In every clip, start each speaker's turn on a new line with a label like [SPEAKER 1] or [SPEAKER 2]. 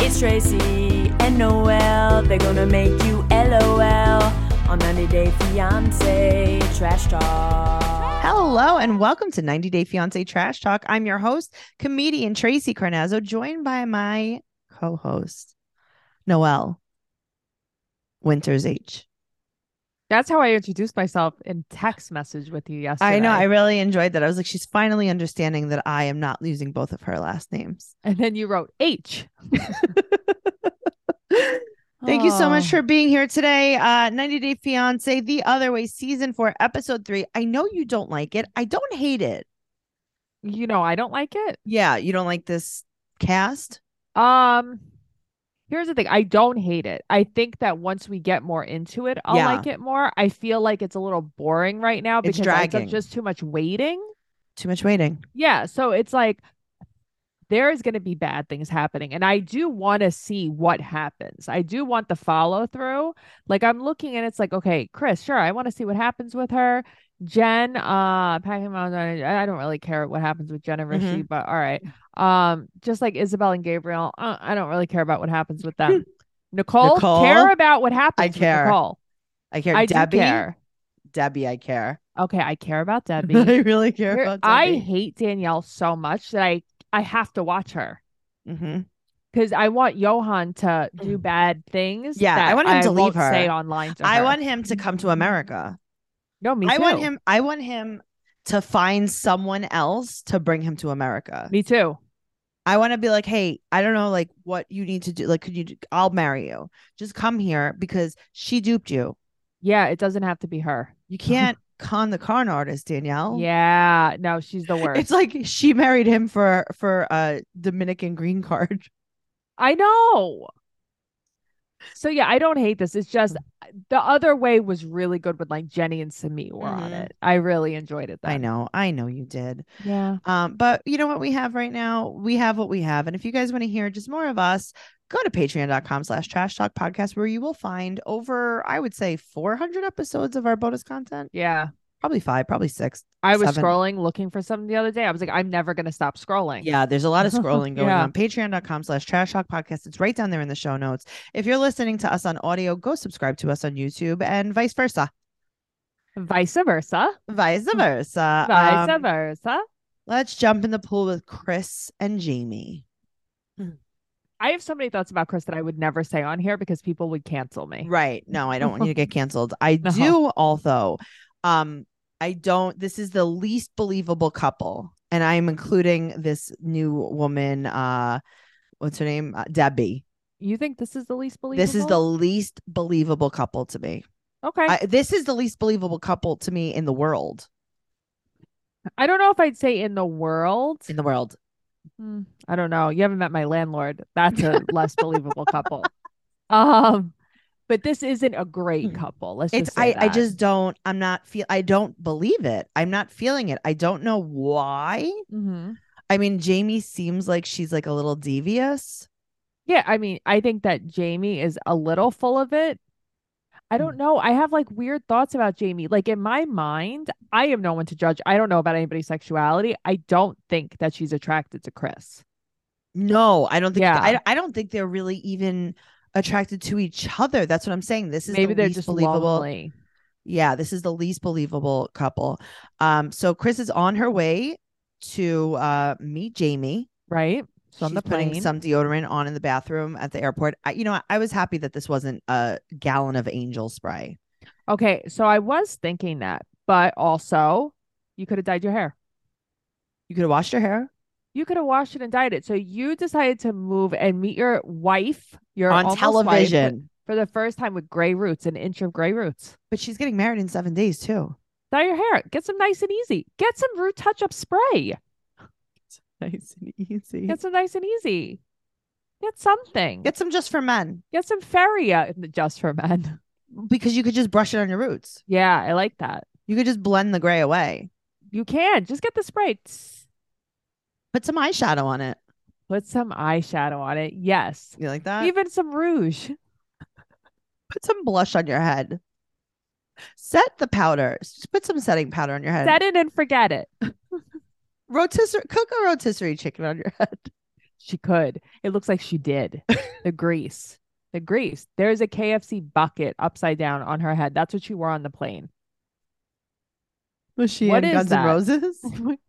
[SPEAKER 1] It's Tracy and Noel. They're gonna make you LOL on 90 Day Fiance Trash Talk.
[SPEAKER 2] Hello and welcome to 90 Day Fiance Trash Talk. I'm your host, comedian Tracy Carnazzo, joined by my co-host, Noelle Winters H.
[SPEAKER 3] That's how I introduced myself in text message with you yesterday.
[SPEAKER 2] I know, I really enjoyed that. I was like, she's finally understanding that I am not using both of her last names.
[SPEAKER 3] and then you wrote H.
[SPEAKER 2] Thank you so much
[SPEAKER 3] Oh,
[SPEAKER 2] for being here today. Uh, 90 Day Fiance, The Other Way, Season 4, Episode 3. I know you don't like it. I don't hate it.
[SPEAKER 3] You know, I don't like it.
[SPEAKER 2] Yeah, you don't like this cast?
[SPEAKER 3] Um, here's the thing. I don't hate it. I think that once we get more into it, I'll
[SPEAKER 2] Yeah.
[SPEAKER 3] like it more. I feel like it's a little boring right now
[SPEAKER 2] It's
[SPEAKER 3] because I think
[SPEAKER 2] dragging.
[SPEAKER 3] just too much waiting.
[SPEAKER 2] Too much waiting.
[SPEAKER 3] Yeah. So it's like there is going to be bad things happening. And I do want to see what happens. I do want the follow through. Like I'm looking and it's like, okay, Chris, sure. I want to see what happens with her. Jen, uh, packing my I I don't really care what happens with Jen and
[SPEAKER 2] Mhm.
[SPEAKER 3] Rishi, but all right. Um, just like Isabel and Gabriel, uh, I don't really care about what happens with them. Nicole,
[SPEAKER 2] Nicole?
[SPEAKER 3] care about what happens with
[SPEAKER 2] care.
[SPEAKER 3] Nicole.
[SPEAKER 2] I care.
[SPEAKER 3] I do
[SPEAKER 2] Debbie.
[SPEAKER 3] care.
[SPEAKER 2] Debbie, I care.
[SPEAKER 3] Okay, I care about Debbie.
[SPEAKER 2] I really care
[SPEAKER 3] Here-
[SPEAKER 2] about
[SPEAKER 3] I
[SPEAKER 2] Debbie.
[SPEAKER 3] hate Danielle so much that I I have to watch her
[SPEAKER 2] hmm
[SPEAKER 3] because I want Johan to do bad things.
[SPEAKER 2] Mm. Yeah, I
[SPEAKER 3] that
[SPEAKER 2] want him to leave
[SPEAKER 3] won't Say
[SPEAKER 2] her.
[SPEAKER 3] online. To
[SPEAKER 2] I
[SPEAKER 3] her.
[SPEAKER 2] want him to come to America.
[SPEAKER 3] no me.
[SPEAKER 2] I want
[SPEAKER 3] too.
[SPEAKER 2] him. I want him to find someone else to bring him to America.
[SPEAKER 3] Me too.
[SPEAKER 2] I want to be like, hey, I don't know, like what you need to do. Like, could you? do- I'll marry you. Just come here because she duped you.
[SPEAKER 3] Yeah, it doesn't have to be her.
[SPEAKER 2] You can't con the con artist, Danielle.
[SPEAKER 3] Yeah, no, she's the worst.
[SPEAKER 2] Oh. It's like she married him for for a Dominican green card.
[SPEAKER 3] I know. So yeah, I don't hate this. It's just
[SPEAKER 2] Mm.
[SPEAKER 3] the other way was really good when like Jenny and Sami were on
[SPEAKER 2] Mhm.
[SPEAKER 3] it. I really enjoyed it. Then.
[SPEAKER 2] I know, I know you did.
[SPEAKER 3] Yeah.
[SPEAKER 2] Um, but you know what we have right now? We have what we have. And if you guys want to hear just more of us, go to patreon.com slash trash talk podcast where you will find over, I would say, 400 episodes of our bonus content.
[SPEAKER 3] Yeah.
[SPEAKER 2] Probably five, probably six.
[SPEAKER 3] I was
[SPEAKER 2] Seven.
[SPEAKER 3] scrolling looking for something the other day. I was like, I'm never gonna stop scrolling.
[SPEAKER 2] Yeah, there's a lot of scrolling going
[SPEAKER 3] Yeah.
[SPEAKER 2] on. Patreon.com slash trash talk podcast. It's right down there in the show notes. If you're listening to us on audio, go subscribe to us on YouTube and vice versa.
[SPEAKER 3] Vice versa.
[SPEAKER 2] Vice Hmm. versa.
[SPEAKER 3] Vice
[SPEAKER 2] Um,
[SPEAKER 3] versa.
[SPEAKER 2] Let's jump in the pool with Chris and Jamie.
[SPEAKER 3] I have so many thoughts about Chris that I would never say on here because people would cancel me.
[SPEAKER 2] Right. No, I don't want you to get canceled. I
[SPEAKER 3] No.
[SPEAKER 2] do, although, um, I don't. This is the least believable couple, and I am including this new woman. Uh, what's her name? Uh, Debbie.
[SPEAKER 3] You think this is the least believable?
[SPEAKER 2] This is the least believable couple to me.
[SPEAKER 3] okay. I,
[SPEAKER 2] I, this is the least believable couple to me in the world.
[SPEAKER 3] don't know if I'd say in the world.
[SPEAKER 2] In the world.
[SPEAKER 3] Hmm, I don't know. You haven't met my landlord. That's a less believable couple. Um, but this isn't a great couple. Let's
[SPEAKER 2] Hmm. It's
[SPEAKER 3] just say
[SPEAKER 2] I, I
[SPEAKER 3] that.
[SPEAKER 2] just don't I'm not feel I don't believe it. I'm not feeling it. I don't know why.
[SPEAKER 3] Mhm.
[SPEAKER 2] I mean, Jamie seems like she's like a little devious.
[SPEAKER 3] yeah. I mean, I think that Jamie is a little full of it. I don't
[SPEAKER 2] Mm.
[SPEAKER 3] know. I have like weird thoughts about Jamie. Like in my mind, I am no one to judge. I don't know about anybody's sexuality. I don't think that she's attracted to Chris.
[SPEAKER 2] No, I don't think.
[SPEAKER 3] Yeah.
[SPEAKER 2] I, I don't think they're really even attracted to each other. That's what I'm saying. This is
[SPEAKER 3] maybe
[SPEAKER 2] the
[SPEAKER 3] they're
[SPEAKER 2] least
[SPEAKER 3] just
[SPEAKER 2] believable.
[SPEAKER 3] lonely.
[SPEAKER 2] Yeah, this is the least believable couple. Um, so Chris is on her way to uh meet Jamie.
[SPEAKER 3] right? So on
[SPEAKER 2] She's
[SPEAKER 3] the
[SPEAKER 2] putting
[SPEAKER 3] plane,
[SPEAKER 2] some deodorant on in the bathroom at the airport. I, you know, I, I was happy that this wasn't a gallon of angel spray.
[SPEAKER 3] okay. So I was thinking that, but also you could have dyed your hair.
[SPEAKER 2] You could have washed your hair
[SPEAKER 3] You could have washed it and dyed it. So you decided to move and meet your wife, your
[SPEAKER 2] on
[SPEAKER 3] almost wife, but
[SPEAKER 2] television,
[SPEAKER 3] for the first time with gray roots, an inch of gray roots.
[SPEAKER 2] but she's getting married in seven days too.
[SPEAKER 3] Dye your hair. Get some nice and easy. Get some root touch up spray.
[SPEAKER 2] Nice and easy.
[SPEAKER 3] Get some nice and easy. Get something. Get,
[SPEAKER 2] Get some just for men
[SPEAKER 3] some Feria just for men.
[SPEAKER 2] because you could just brush it on your roots.
[SPEAKER 3] Yeah, I like that.
[SPEAKER 2] You could just blend the gray away.
[SPEAKER 3] You can just get the spray. Tss.
[SPEAKER 2] Put some eyeshadow on it.
[SPEAKER 3] Put some eyeshadow on it. Yes.
[SPEAKER 2] You like that?
[SPEAKER 3] even some rouge.
[SPEAKER 2] Put some blush on your head. Set the powder. S- Put some setting powder on your head.
[SPEAKER 3] Set it and forget it.
[SPEAKER 2] rotisserie cook a rotisserie chicken on your head.
[SPEAKER 3] She could. It looks like she did. the grease. The grease. There's a KFC bucket upside down on her head. That's what she wore on the plane.
[SPEAKER 2] Was she
[SPEAKER 3] What
[SPEAKER 2] in
[SPEAKER 3] is
[SPEAKER 2] Guns N'
[SPEAKER 3] that?
[SPEAKER 2] Roses?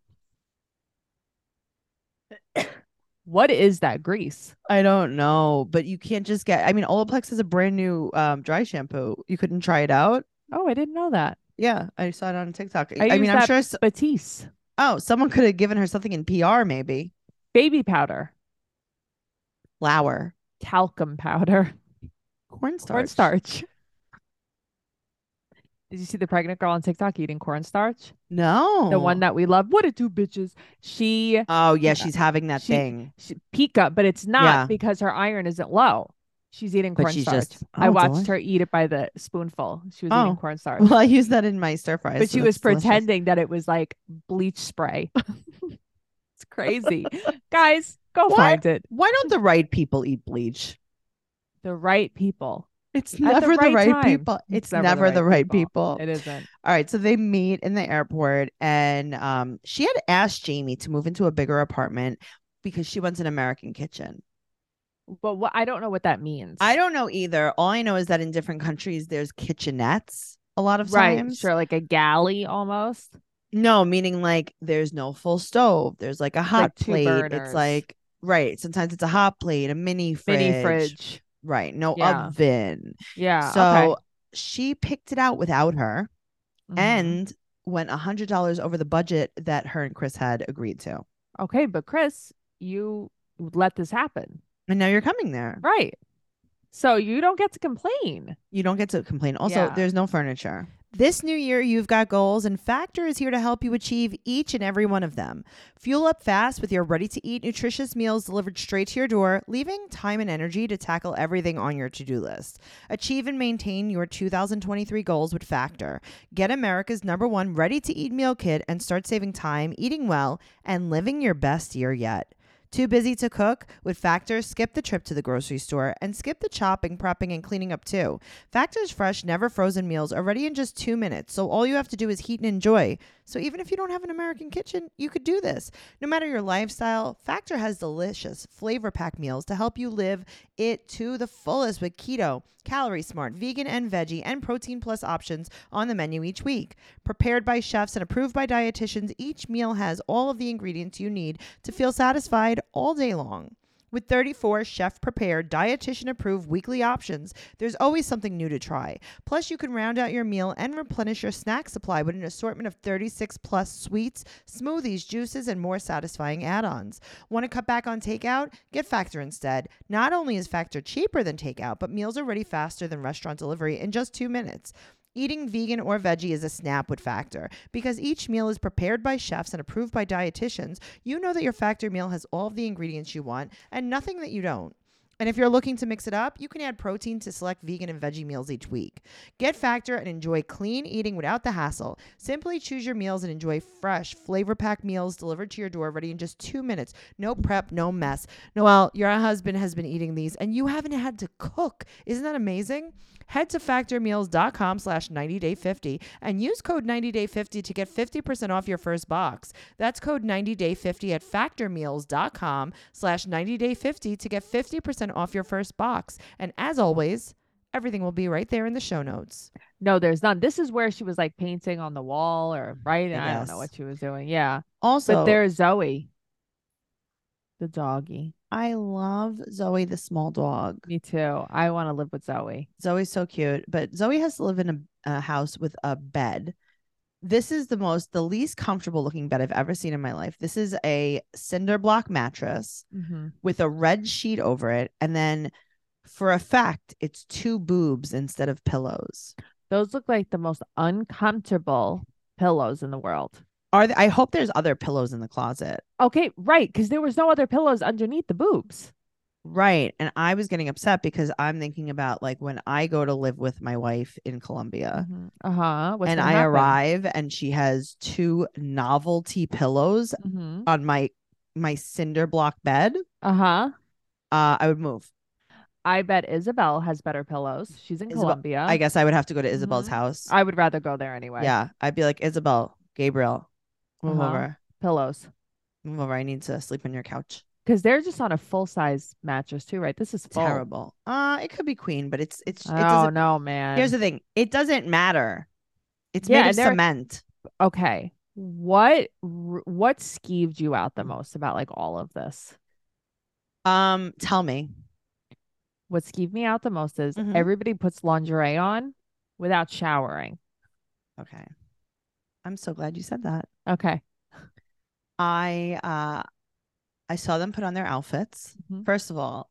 [SPEAKER 3] What is that grease?
[SPEAKER 2] I don't know, but you can't just get. I mean, Olaplex is a brand new um, dry shampoo. You couldn't try it out.
[SPEAKER 3] Oh, I didn't know that.
[SPEAKER 2] Yeah, I saw it on TikTok.
[SPEAKER 3] I
[SPEAKER 2] I, mean,
[SPEAKER 3] use
[SPEAKER 2] I'm
[SPEAKER 3] that-
[SPEAKER 2] sure. s-
[SPEAKER 3] Batiste.
[SPEAKER 2] Oh, someone could have given her something in PR, maybe
[SPEAKER 3] Baby powder.
[SPEAKER 2] flour,
[SPEAKER 3] Talcum powder.
[SPEAKER 2] cornstarch.
[SPEAKER 3] Cornstarch. Did you see the pregnant girl on TikTok eating cornstarch?
[SPEAKER 2] No,
[SPEAKER 3] The one that we love. What a two bitches. She
[SPEAKER 2] Oh yeah,
[SPEAKER 3] Yeah.
[SPEAKER 2] she's having that
[SPEAKER 3] She-
[SPEAKER 2] thing.
[SPEAKER 3] she, pica, but it's not
[SPEAKER 2] Yeah.
[SPEAKER 3] because her iron isn't low. She's eating
[SPEAKER 2] But she's
[SPEAKER 3] cornstarch.
[SPEAKER 2] just-
[SPEAKER 3] I
[SPEAKER 2] oh,
[SPEAKER 3] watched
[SPEAKER 2] deli-
[SPEAKER 3] her eat it by the spoonful. She was
[SPEAKER 2] Oh.
[SPEAKER 3] eating cornstarch.
[SPEAKER 2] Well, I use that in my stir fries.
[SPEAKER 3] but
[SPEAKER 2] so
[SPEAKER 3] she was
[SPEAKER 2] that's delicious.
[SPEAKER 3] pretending that it was like bleach spray. it's crazy. Guys, go
[SPEAKER 2] What?
[SPEAKER 3] find it.
[SPEAKER 2] Why don't the right people eat bleach?
[SPEAKER 3] The right people.
[SPEAKER 2] It's
[SPEAKER 3] the
[SPEAKER 2] never the
[SPEAKER 3] right
[SPEAKER 2] right,
[SPEAKER 3] time.
[SPEAKER 2] people. It's, never, the right people.
[SPEAKER 3] It isn't.
[SPEAKER 2] All right, so they meet in the airport, and um, she had asked Jamie to move into a bigger apartment because she wants an American kitchen.
[SPEAKER 3] But what I don't know what that means.
[SPEAKER 2] I don't know either. All I know is that in different countries, there's kitchenettes a lot of
[SPEAKER 3] right.
[SPEAKER 2] times.
[SPEAKER 3] Sure, like a galley almost.
[SPEAKER 2] No, meaning like there's no full stove. There's like a hot
[SPEAKER 3] like two
[SPEAKER 2] plate. It's
[SPEAKER 3] burners.
[SPEAKER 2] like right. Sometimes it's a hot plate, a mini fridge.
[SPEAKER 3] Mini fridge.
[SPEAKER 2] Right. No
[SPEAKER 3] Yeah.
[SPEAKER 2] oven.
[SPEAKER 3] Yeah.
[SPEAKER 2] so
[SPEAKER 3] okay.
[SPEAKER 2] she picked it out without her
[SPEAKER 3] Mhm.
[SPEAKER 2] and went a hundred dollars over the budget that her and Chris had agreed to.
[SPEAKER 3] okay, but Chris, you let this happen.
[SPEAKER 2] And now you're coming there.
[SPEAKER 3] Right. So you don't get to complain.
[SPEAKER 2] You don't get to complain. Also,
[SPEAKER 3] Yeah.
[SPEAKER 2] there's no furniture. This new year, you've got goals, and Factor is here to help you achieve each and every one of them. Fuel up fast with your ready to eat, nutritious meals delivered straight to your door, leaving time and energy to tackle everything on your to do list. Achieve and maintain your 2023 goals with Factor. Get America's number one ready to eat meal kit and start saving time, eating well, and living your best year yet. Too busy to cook? With Factor, skip the trip to the grocery store and skip the chopping, prepping, and cleaning up too. Factor's fresh, never frozen meals are ready in just two minutes, so all you have to do is heat and enjoy. So even if you don't have an American kitchen, you could do this. No matter your lifestyle, Factor has delicious, flavor packed meals to help you live it to the fullest with keto, calorie smart, vegan and veggie, and protein plus options on the menu each week. Prepared by chefs and approved by dietitians, each meal has all of the ingredients you need to feel satisfied all day long. With 34 chef prepared, dietitian approved weekly options, there's always something new to try. Plus, you can round out your meal and replenish your snack supply with an assortment of 36 plus sweets, smoothies, juices, and more satisfying add ons. Want to cut back on takeout? Get Factor instead. Not only is Factor cheaper than takeout, but meals are ready faster than restaurant delivery in just two minutes. Eating vegan or veggie is a snap with Factor. Because each meal is prepared by chefs and approved by dietitians, you know that your Factor meal has all of the ingredients you want and nothing that you don't. And if you're looking to mix it up, you can add protein to select vegan and veggie meals each week. Get Factor and enjoy clean eating without the hassle. Simply choose your meals and enjoy fresh, flavor packed meals delivered to your door ready in just two minutes. No prep, no mess. Noelle, your husband has been eating these and you haven't had to cook. Isn't that amazing? Head to factormeals.com slash 90day50 and use code 90day50 to get 50% off your first box. That's code 90day50 at factormeals.com slash 90day50 to get 50% off your first box. And as always, everything will be right there in the show notes.
[SPEAKER 3] No, there's none. This is where she was like painting on the wall or right. I, don't
[SPEAKER 2] guess.
[SPEAKER 3] know what she was doing. Yeah.
[SPEAKER 2] Also,
[SPEAKER 3] but there's Zoe. The doggy.
[SPEAKER 2] I love Zoe the small dog.
[SPEAKER 3] Me too. I want to live with Zoe.
[SPEAKER 2] Zoe's so cute, but Zoe has to live in a, a house with a bed. This is the most, the least comfortable looking bed I've ever seen in my life. This is a cinder block mattress
[SPEAKER 3] Mm-hmm.
[SPEAKER 2] with a red sheet over it. And then for a fact, it's two boobs instead of pillows.
[SPEAKER 3] Those look like the most uncomfortable pillows in the world.
[SPEAKER 2] Are th- I hope there's other pillows in the closet.
[SPEAKER 3] Okay, right, because there was no other pillows underneath the boobs.
[SPEAKER 2] Right. And I was getting upset because I'm thinking about like when I go to live with my wife in Colombia.
[SPEAKER 3] Uh huh.
[SPEAKER 2] Mm-hmm. and I arrive and she has two novelty pillows
[SPEAKER 3] Mm-hmm.
[SPEAKER 2] on my my cinder block bed,
[SPEAKER 3] Uh huh.
[SPEAKER 2] uh, I would move.
[SPEAKER 3] I bet Isabel has better pillows. She's in
[SPEAKER 2] Isabel-
[SPEAKER 3] Colombia.
[SPEAKER 2] I guess I would have to go to Isabel's
[SPEAKER 3] Mhm.
[SPEAKER 2] house.
[SPEAKER 3] Ah. I would rather go there anyway.
[SPEAKER 2] Yeah, I'd be like Isabel, Gabriel, move
[SPEAKER 3] Uh-huh.
[SPEAKER 2] over,
[SPEAKER 3] Pillows.
[SPEAKER 2] move over. I need to sleep on your couch.
[SPEAKER 3] because they're just on a full size mattress too, right? This is full.
[SPEAKER 2] Terrible. Uh, it could be queen, but it's it's it
[SPEAKER 3] Oh
[SPEAKER 2] doesn't.
[SPEAKER 3] no, man.
[SPEAKER 2] Here's the thing. It doesn't matter. It's made
[SPEAKER 3] Yeah, and
[SPEAKER 2] of
[SPEAKER 3] they're-
[SPEAKER 2] cement.
[SPEAKER 3] okay. What r- what skeeved you out the most about like all of this?
[SPEAKER 2] Um, tell me.
[SPEAKER 3] What skeeved me out the most is
[SPEAKER 2] Mhm.
[SPEAKER 3] everybody puts lingerie on without showering.
[SPEAKER 2] Okay. I'm so glad you said that.
[SPEAKER 3] Okay.
[SPEAKER 2] I uh I saw them put on their outfits.
[SPEAKER 3] Mhm.
[SPEAKER 2] First of all,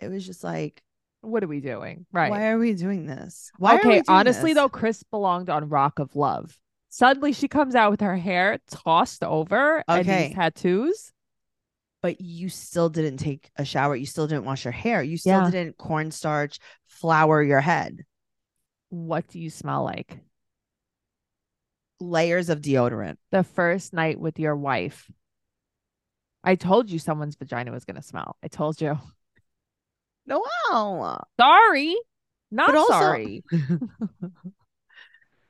[SPEAKER 2] it was just like,
[SPEAKER 3] What are we doing? Right.
[SPEAKER 2] why are we doing this? Why are we
[SPEAKER 3] okay,
[SPEAKER 2] doing
[SPEAKER 3] honestly
[SPEAKER 2] this?
[SPEAKER 3] though, Chris belonged on Rock of Love. Suddenly she comes out with her hair tossed over and
[SPEAKER 2] Okay.
[SPEAKER 3] these tattoos.
[SPEAKER 2] but you still didn't take a shower. You still didn't wash your hair. You still
[SPEAKER 3] Yeah.
[SPEAKER 2] didn't cornstarch flour your head.
[SPEAKER 3] What do you smell like?
[SPEAKER 2] Layers of deodorant.
[SPEAKER 3] The first night with your wife. I told you someone's vagina was gonna smell. I told you.
[SPEAKER 2] No,
[SPEAKER 3] Sorry. Not
[SPEAKER 2] also-
[SPEAKER 3] sorry.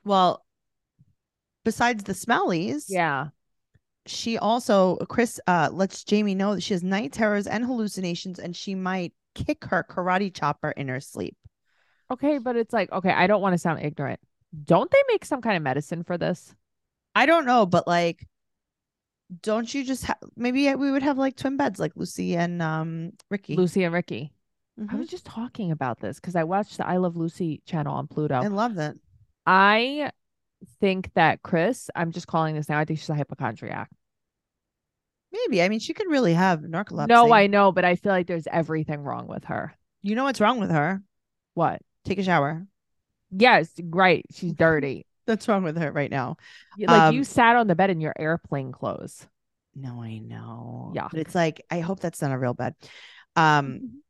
[SPEAKER 2] well, besides the smellies,
[SPEAKER 3] Yeah.
[SPEAKER 2] she also Chris uh lets Jamie know that she has night terrors and hallucinations, and she might kick her karate chopper in her sleep.
[SPEAKER 3] Okay, but it's like, okay, I don't want to sound ignorant. Don't they make some kind of medicine for this?
[SPEAKER 2] I don't know, but like, don't you just ha- maybe we would have like twin beds, like Lucy and um Ricky.
[SPEAKER 3] Lucy and Ricky. I
[SPEAKER 2] Mhm.
[SPEAKER 3] was just talking about this because I watched the I Love Lucy channel on Pluto.
[SPEAKER 2] I love that.
[SPEAKER 3] I think that Chris, I'm just calling this now. I think she's a hypochondriac.
[SPEAKER 2] Maybe I mean she could really have narcolepsy.
[SPEAKER 3] No, I know, but I feel like there's everything wrong with her.
[SPEAKER 2] You know what's wrong with her?
[SPEAKER 3] What?
[SPEAKER 2] Take a shower.
[SPEAKER 3] Yes, right. She's dirty.
[SPEAKER 2] That's wrong with her right now.
[SPEAKER 3] Y- like
[SPEAKER 2] Um,
[SPEAKER 3] you sat on the bed in your airplane clothes.
[SPEAKER 2] No, I know.
[SPEAKER 3] Yuck.
[SPEAKER 2] But it's like I hope that's not a real bed. Um,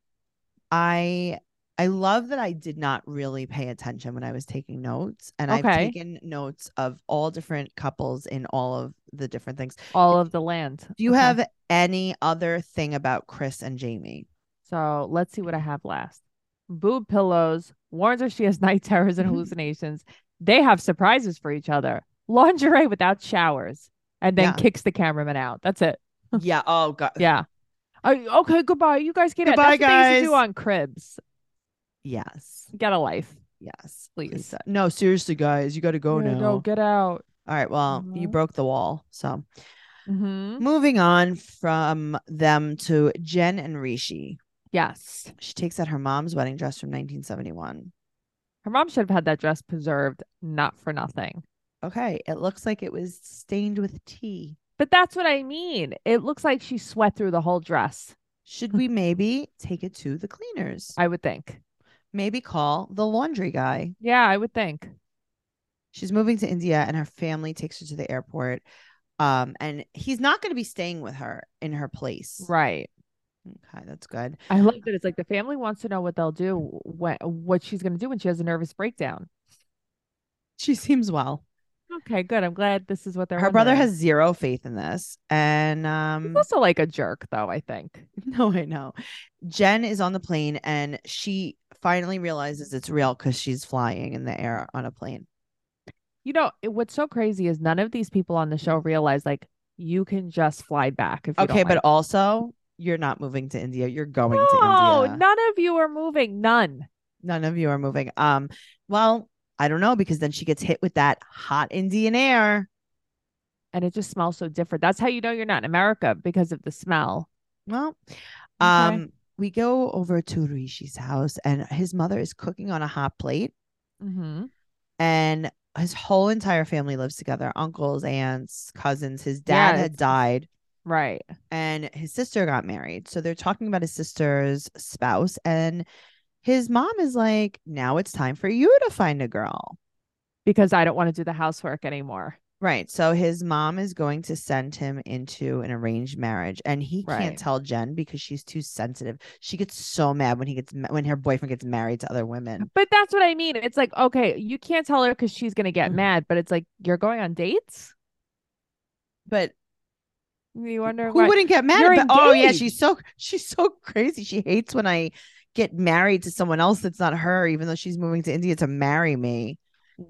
[SPEAKER 2] I I love that I did not really pay attention when I was taking notes, and I've
[SPEAKER 3] Okay.
[SPEAKER 2] taken notes of all different couples in all of the different things.
[SPEAKER 3] All of the land.
[SPEAKER 2] Do you
[SPEAKER 3] Okay,
[SPEAKER 2] have any other thing about Chris and Jamie?
[SPEAKER 3] So let's see what I have last. Boob pillows warns her she has night terrors and hallucinations. They have surprises for each other. Lingerie without showers, and then
[SPEAKER 2] Yeah.
[SPEAKER 3] kicks the cameraman out. That's it.
[SPEAKER 2] yeah. Oh God.
[SPEAKER 3] Yeah. Oh, okay. Goodbye. You guys get
[SPEAKER 2] Goodbye,
[SPEAKER 3] it. That's what they used to do
[SPEAKER 2] guys.
[SPEAKER 3] on cribs.
[SPEAKER 2] Yes.
[SPEAKER 3] Get a life.
[SPEAKER 2] Yes.
[SPEAKER 3] Please.
[SPEAKER 2] uh, No, seriously, guys, you got to go Mm-hmm.
[SPEAKER 3] Yeah,
[SPEAKER 2] now.
[SPEAKER 3] No, get out.
[SPEAKER 2] All right. Well, you
[SPEAKER 3] Mhm.
[SPEAKER 2] broke the wall. So
[SPEAKER 3] hmm
[SPEAKER 2] moving on from them to Jen and Rishi.
[SPEAKER 3] Yes.
[SPEAKER 2] She takes out her mom's wedding dress from 1971.
[SPEAKER 3] Her mom should have had that dress preserved, not for nothing.
[SPEAKER 2] Okay. It looks like it was stained with tea.
[SPEAKER 3] But that's what I mean. It looks like she sweat through the whole dress,
[SPEAKER 2] Should we maybe take it to the cleaners?
[SPEAKER 3] I would think.
[SPEAKER 2] Maybe call the laundry guy.
[SPEAKER 3] Yeah, I would think.
[SPEAKER 2] She's moving to India and her family takes her to the airport. Um, and he's not going to be staying with her in her place.
[SPEAKER 3] Right.
[SPEAKER 2] Okay, that's good.
[SPEAKER 3] I love that it's like the family wants to know what they'll do, what, what she's going to do when she has a nervous breakdown.
[SPEAKER 2] She seems well.
[SPEAKER 3] Okay, good. I'm glad this is what they're
[SPEAKER 2] her brother
[SPEAKER 3] wondering.
[SPEAKER 2] has zero faith in this. And um,
[SPEAKER 3] He's also like a jerk, though, I think.
[SPEAKER 2] no, I know. Jen is on the plane and she finally realizes it's real because she's flying in the air on a plane.
[SPEAKER 3] You know, it- what's so crazy is none of these people on the show realize like you can just fly back if you
[SPEAKER 2] Okay,
[SPEAKER 3] don't
[SPEAKER 2] but
[SPEAKER 3] like-
[SPEAKER 2] also, you're not moving to India. You're going to
[SPEAKER 3] no,
[SPEAKER 2] India.
[SPEAKER 3] none of you are moving. None.
[SPEAKER 2] None of you are moving. Um, well, I don't know because then she gets hit with that hot Indian air.
[SPEAKER 3] And it just smells so different. That's how you know you're not in America because of the smell.
[SPEAKER 2] Well,
[SPEAKER 3] Okay.
[SPEAKER 2] um, we go over to Rishi's house and his mother is cooking on a hot plate
[SPEAKER 3] Mm-hmm.
[SPEAKER 2] and his whole entire family lives together. Uncles, aunts, cousins. His dad
[SPEAKER 3] Yeah,
[SPEAKER 2] had
[SPEAKER 3] it's-
[SPEAKER 2] died
[SPEAKER 3] Right.
[SPEAKER 2] and his sister got married. So they're talking about his sister's spouse and his mom is like, "Now it's time for you to find a girl."
[SPEAKER 3] Because I don't want to do the housework anymore.
[SPEAKER 2] Right. So his mom is going to send him into an arranged marriage and he
[SPEAKER 3] Right.
[SPEAKER 2] can't tell Jen because she's too sensitive. She gets so mad when he gets ma- when her boyfriend gets married to other women.
[SPEAKER 3] But that's what I mean. It's like, okay, you can't tell her because she's gonna get
[SPEAKER 2] Mhm.
[SPEAKER 3] mad, but it's like you're going on dates?
[SPEAKER 2] But
[SPEAKER 3] You wonder
[SPEAKER 2] who
[SPEAKER 3] why-
[SPEAKER 2] wouldn't get mad?
[SPEAKER 3] You're
[SPEAKER 2] about- oh yeah,
[SPEAKER 3] engaged.
[SPEAKER 2] she's so she's so crazy. She hates when I get married to someone else that's not her even though she's moving to India to marry me.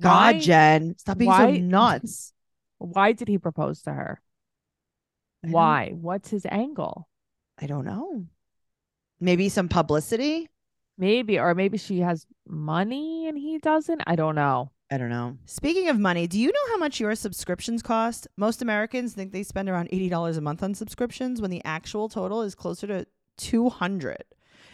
[SPEAKER 2] God,
[SPEAKER 3] why-
[SPEAKER 2] Jen, stop being so
[SPEAKER 3] why-
[SPEAKER 2] nuts.
[SPEAKER 3] Why did he propose to her?
[SPEAKER 2] I don't-
[SPEAKER 3] Why? What's his angle?
[SPEAKER 2] I don't know. Maybe some publicity.
[SPEAKER 3] Maybe, or maybe she has money and he doesn't. I don't know.
[SPEAKER 2] I don't know. Speaking of money, do you know how much your subscriptions cost? Most Americans think they spend around $80 a month on subscriptions when the actual total is closer to 200.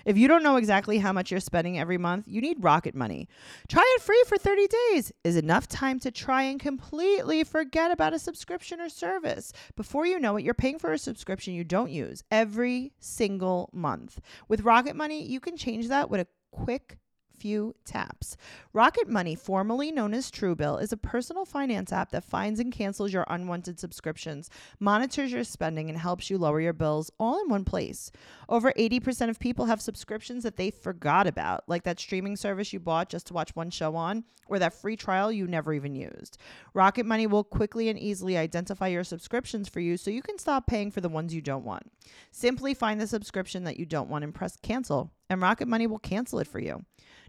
[SPEAKER 2] If you don't know exactly how much you're spending every month, you need rocket money. Try it free for 30 days is enough time to try and completely forget about a subscription or service. Before you know it, you're paying for a subscription you don't use every single month. With rocket money, you can change that with a quick few taps. Rocket Money, formerly known as Truebill, is a personal finance app that finds and cancels your unwanted subscriptions, monitors your spending, and helps you lower your bills all in one place. Over 80% of people have subscriptions that they forgot about, like that streaming service you bought just to watch one show on, or that free trial you never even used. Rocket Money will quickly and easily identify your subscriptions for you so you can stop paying for the ones you don't want. Simply find the subscription that you don't want and press cancel, and Rocket Money will cancel it for you.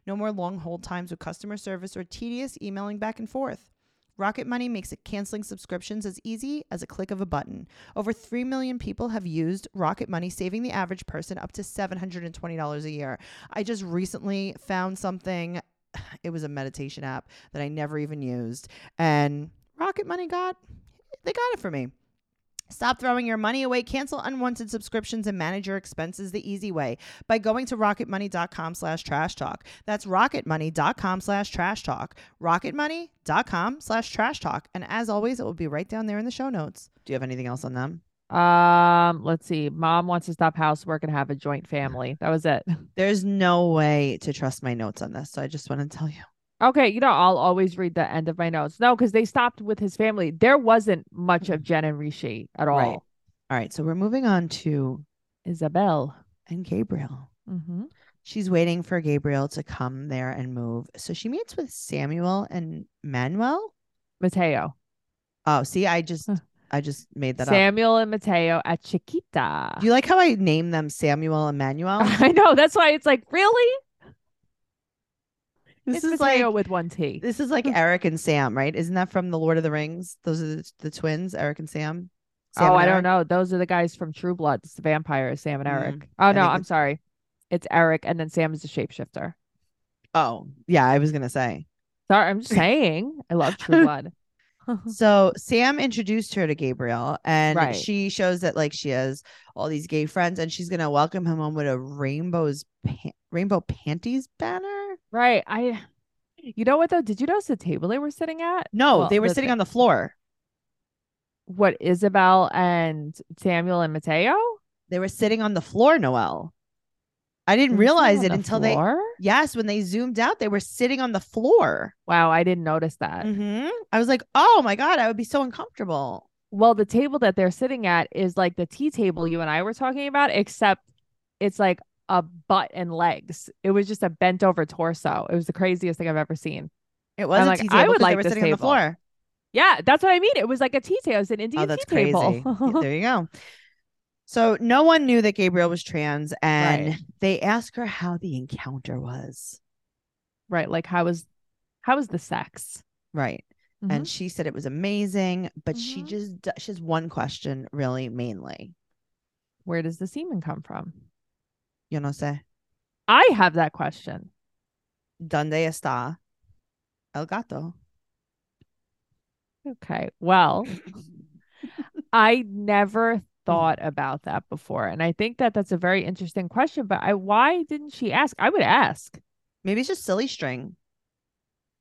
[SPEAKER 2] No more long hold times with customer service or tedious emailing back and forth. Rocket Money makes it canceling subscriptions as easy as a click of a button. Over 3 million people have used Rocket Money, saving the average person up to $720 a year. I just recently found something. It was a meditation app that I never even used. And Rocket Money got they got it for me. Stop throwing your money away, cancel unwanted subscriptions, and manage your expenses the easy way by going to rocketmoney.com slash trash talk. That's rocketmoney.com slash trash talk. Rocketmoney.com slash trash talk. And as always, it will be right down there in the show notes. Do you have anything else on them?
[SPEAKER 3] Um, let's see. Mom wants to stop housework and have a joint family. That was it.
[SPEAKER 2] There's no way to trust my notes on this. So I just want to tell you.
[SPEAKER 3] Okay, you know, I'll always read the end of my notes. No, because they stopped with his family. There wasn't much of Jen and Rishi at all.
[SPEAKER 2] Right. All right. So we're moving on to
[SPEAKER 3] Isabel.
[SPEAKER 2] and Gabriel.
[SPEAKER 3] Mm-hmm.
[SPEAKER 2] She's waiting for Gabriel to come there and move. So she meets with Samuel and Manuel.
[SPEAKER 3] Mateo.
[SPEAKER 2] Oh, see, I just
[SPEAKER 3] Huh.
[SPEAKER 2] I just made that up.
[SPEAKER 3] Samuel and Mateo at Chiquita.
[SPEAKER 2] Do you like how I name them Samuel and Manuel?
[SPEAKER 3] I know. That's why it's like, really?
[SPEAKER 2] This
[SPEAKER 3] it's
[SPEAKER 2] is like
[SPEAKER 3] Mateo with one T.
[SPEAKER 2] this is like Eric and Sam, right? Isn't that from the Lord of the Rings? Those are the, the twins, Eric and Sam. Sam
[SPEAKER 3] oh,
[SPEAKER 2] and
[SPEAKER 3] I
[SPEAKER 2] Eric?
[SPEAKER 3] don't know. Those are the guys from True Blood. It's the vampires, Sam and
[SPEAKER 2] Mm,
[SPEAKER 3] Eric. Oh no,
[SPEAKER 2] think
[SPEAKER 3] I'm
[SPEAKER 2] it's-
[SPEAKER 3] sorry. It's Eric, and then Sam is the shapeshifter.
[SPEAKER 2] Oh, yeah, I was gonna say.
[SPEAKER 3] Sorry, I'm just saying. I love True Blood.
[SPEAKER 2] So Sam introduced her to Gabriel, and
[SPEAKER 3] Right.
[SPEAKER 2] she shows that like she has all these gay friends, and she's gonna welcome him home with a rainbows pa- rainbow panties banner.
[SPEAKER 3] right. I. You know what though? Did you notice the table they were sitting at?
[SPEAKER 2] No,
[SPEAKER 3] Well,
[SPEAKER 2] they were
[SPEAKER 3] the
[SPEAKER 2] sitting
[SPEAKER 3] thi-
[SPEAKER 2] on the floor.
[SPEAKER 3] What Isabel and Samuel and Mateo?
[SPEAKER 2] They were sitting on the floor, Noel. I
[SPEAKER 3] They
[SPEAKER 2] didn't
[SPEAKER 3] were sitting
[SPEAKER 2] realize
[SPEAKER 3] on
[SPEAKER 2] it
[SPEAKER 3] the
[SPEAKER 2] until they
[SPEAKER 3] floor?
[SPEAKER 2] Yes, when they zoomed out, they were sitting on the floor.
[SPEAKER 3] Wow, I didn't notice that.
[SPEAKER 2] Mhm. I was like, oh my God, I would be so uncomfortable.
[SPEAKER 3] Well, the table that they're sitting at is like the tea table you and I were talking about, except it's like a butt and legs. It was just a bent over torso. It was the craziest thing I've ever seen.
[SPEAKER 2] It was
[SPEAKER 3] I'm
[SPEAKER 2] a
[SPEAKER 3] like,
[SPEAKER 2] tea
[SPEAKER 3] I
[SPEAKER 2] table
[SPEAKER 3] would
[SPEAKER 2] 'cause
[SPEAKER 3] like
[SPEAKER 2] they were
[SPEAKER 3] this
[SPEAKER 2] sitting on the
[SPEAKER 3] table.
[SPEAKER 2] floor.
[SPEAKER 3] Yeah, that's what I mean. It was like a tea table. It was an Indian
[SPEAKER 2] Oh, that's
[SPEAKER 3] tea
[SPEAKER 2] crazy.
[SPEAKER 3] table.
[SPEAKER 2] Yeah, there you go. So no one knew that Gabriel was trans, and
[SPEAKER 3] Right.
[SPEAKER 2] they asked her how the encounter was.
[SPEAKER 3] right. Like how was how was the sex?
[SPEAKER 2] Right.
[SPEAKER 3] Mm-hmm.
[SPEAKER 2] And she said it was amazing, but she
[SPEAKER 3] Mhm.
[SPEAKER 2] just d- she has one question really mainly.
[SPEAKER 3] Where does the semen come from?
[SPEAKER 2] You know, say
[SPEAKER 3] I have that question.
[SPEAKER 2] donde está el gato?
[SPEAKER 3] Okay. Well, I never thought about that before. And I think that that's a very interesting question, but I why didn't she ask? I would ask.
[SPEAKER 2] Maybe it's just silly string.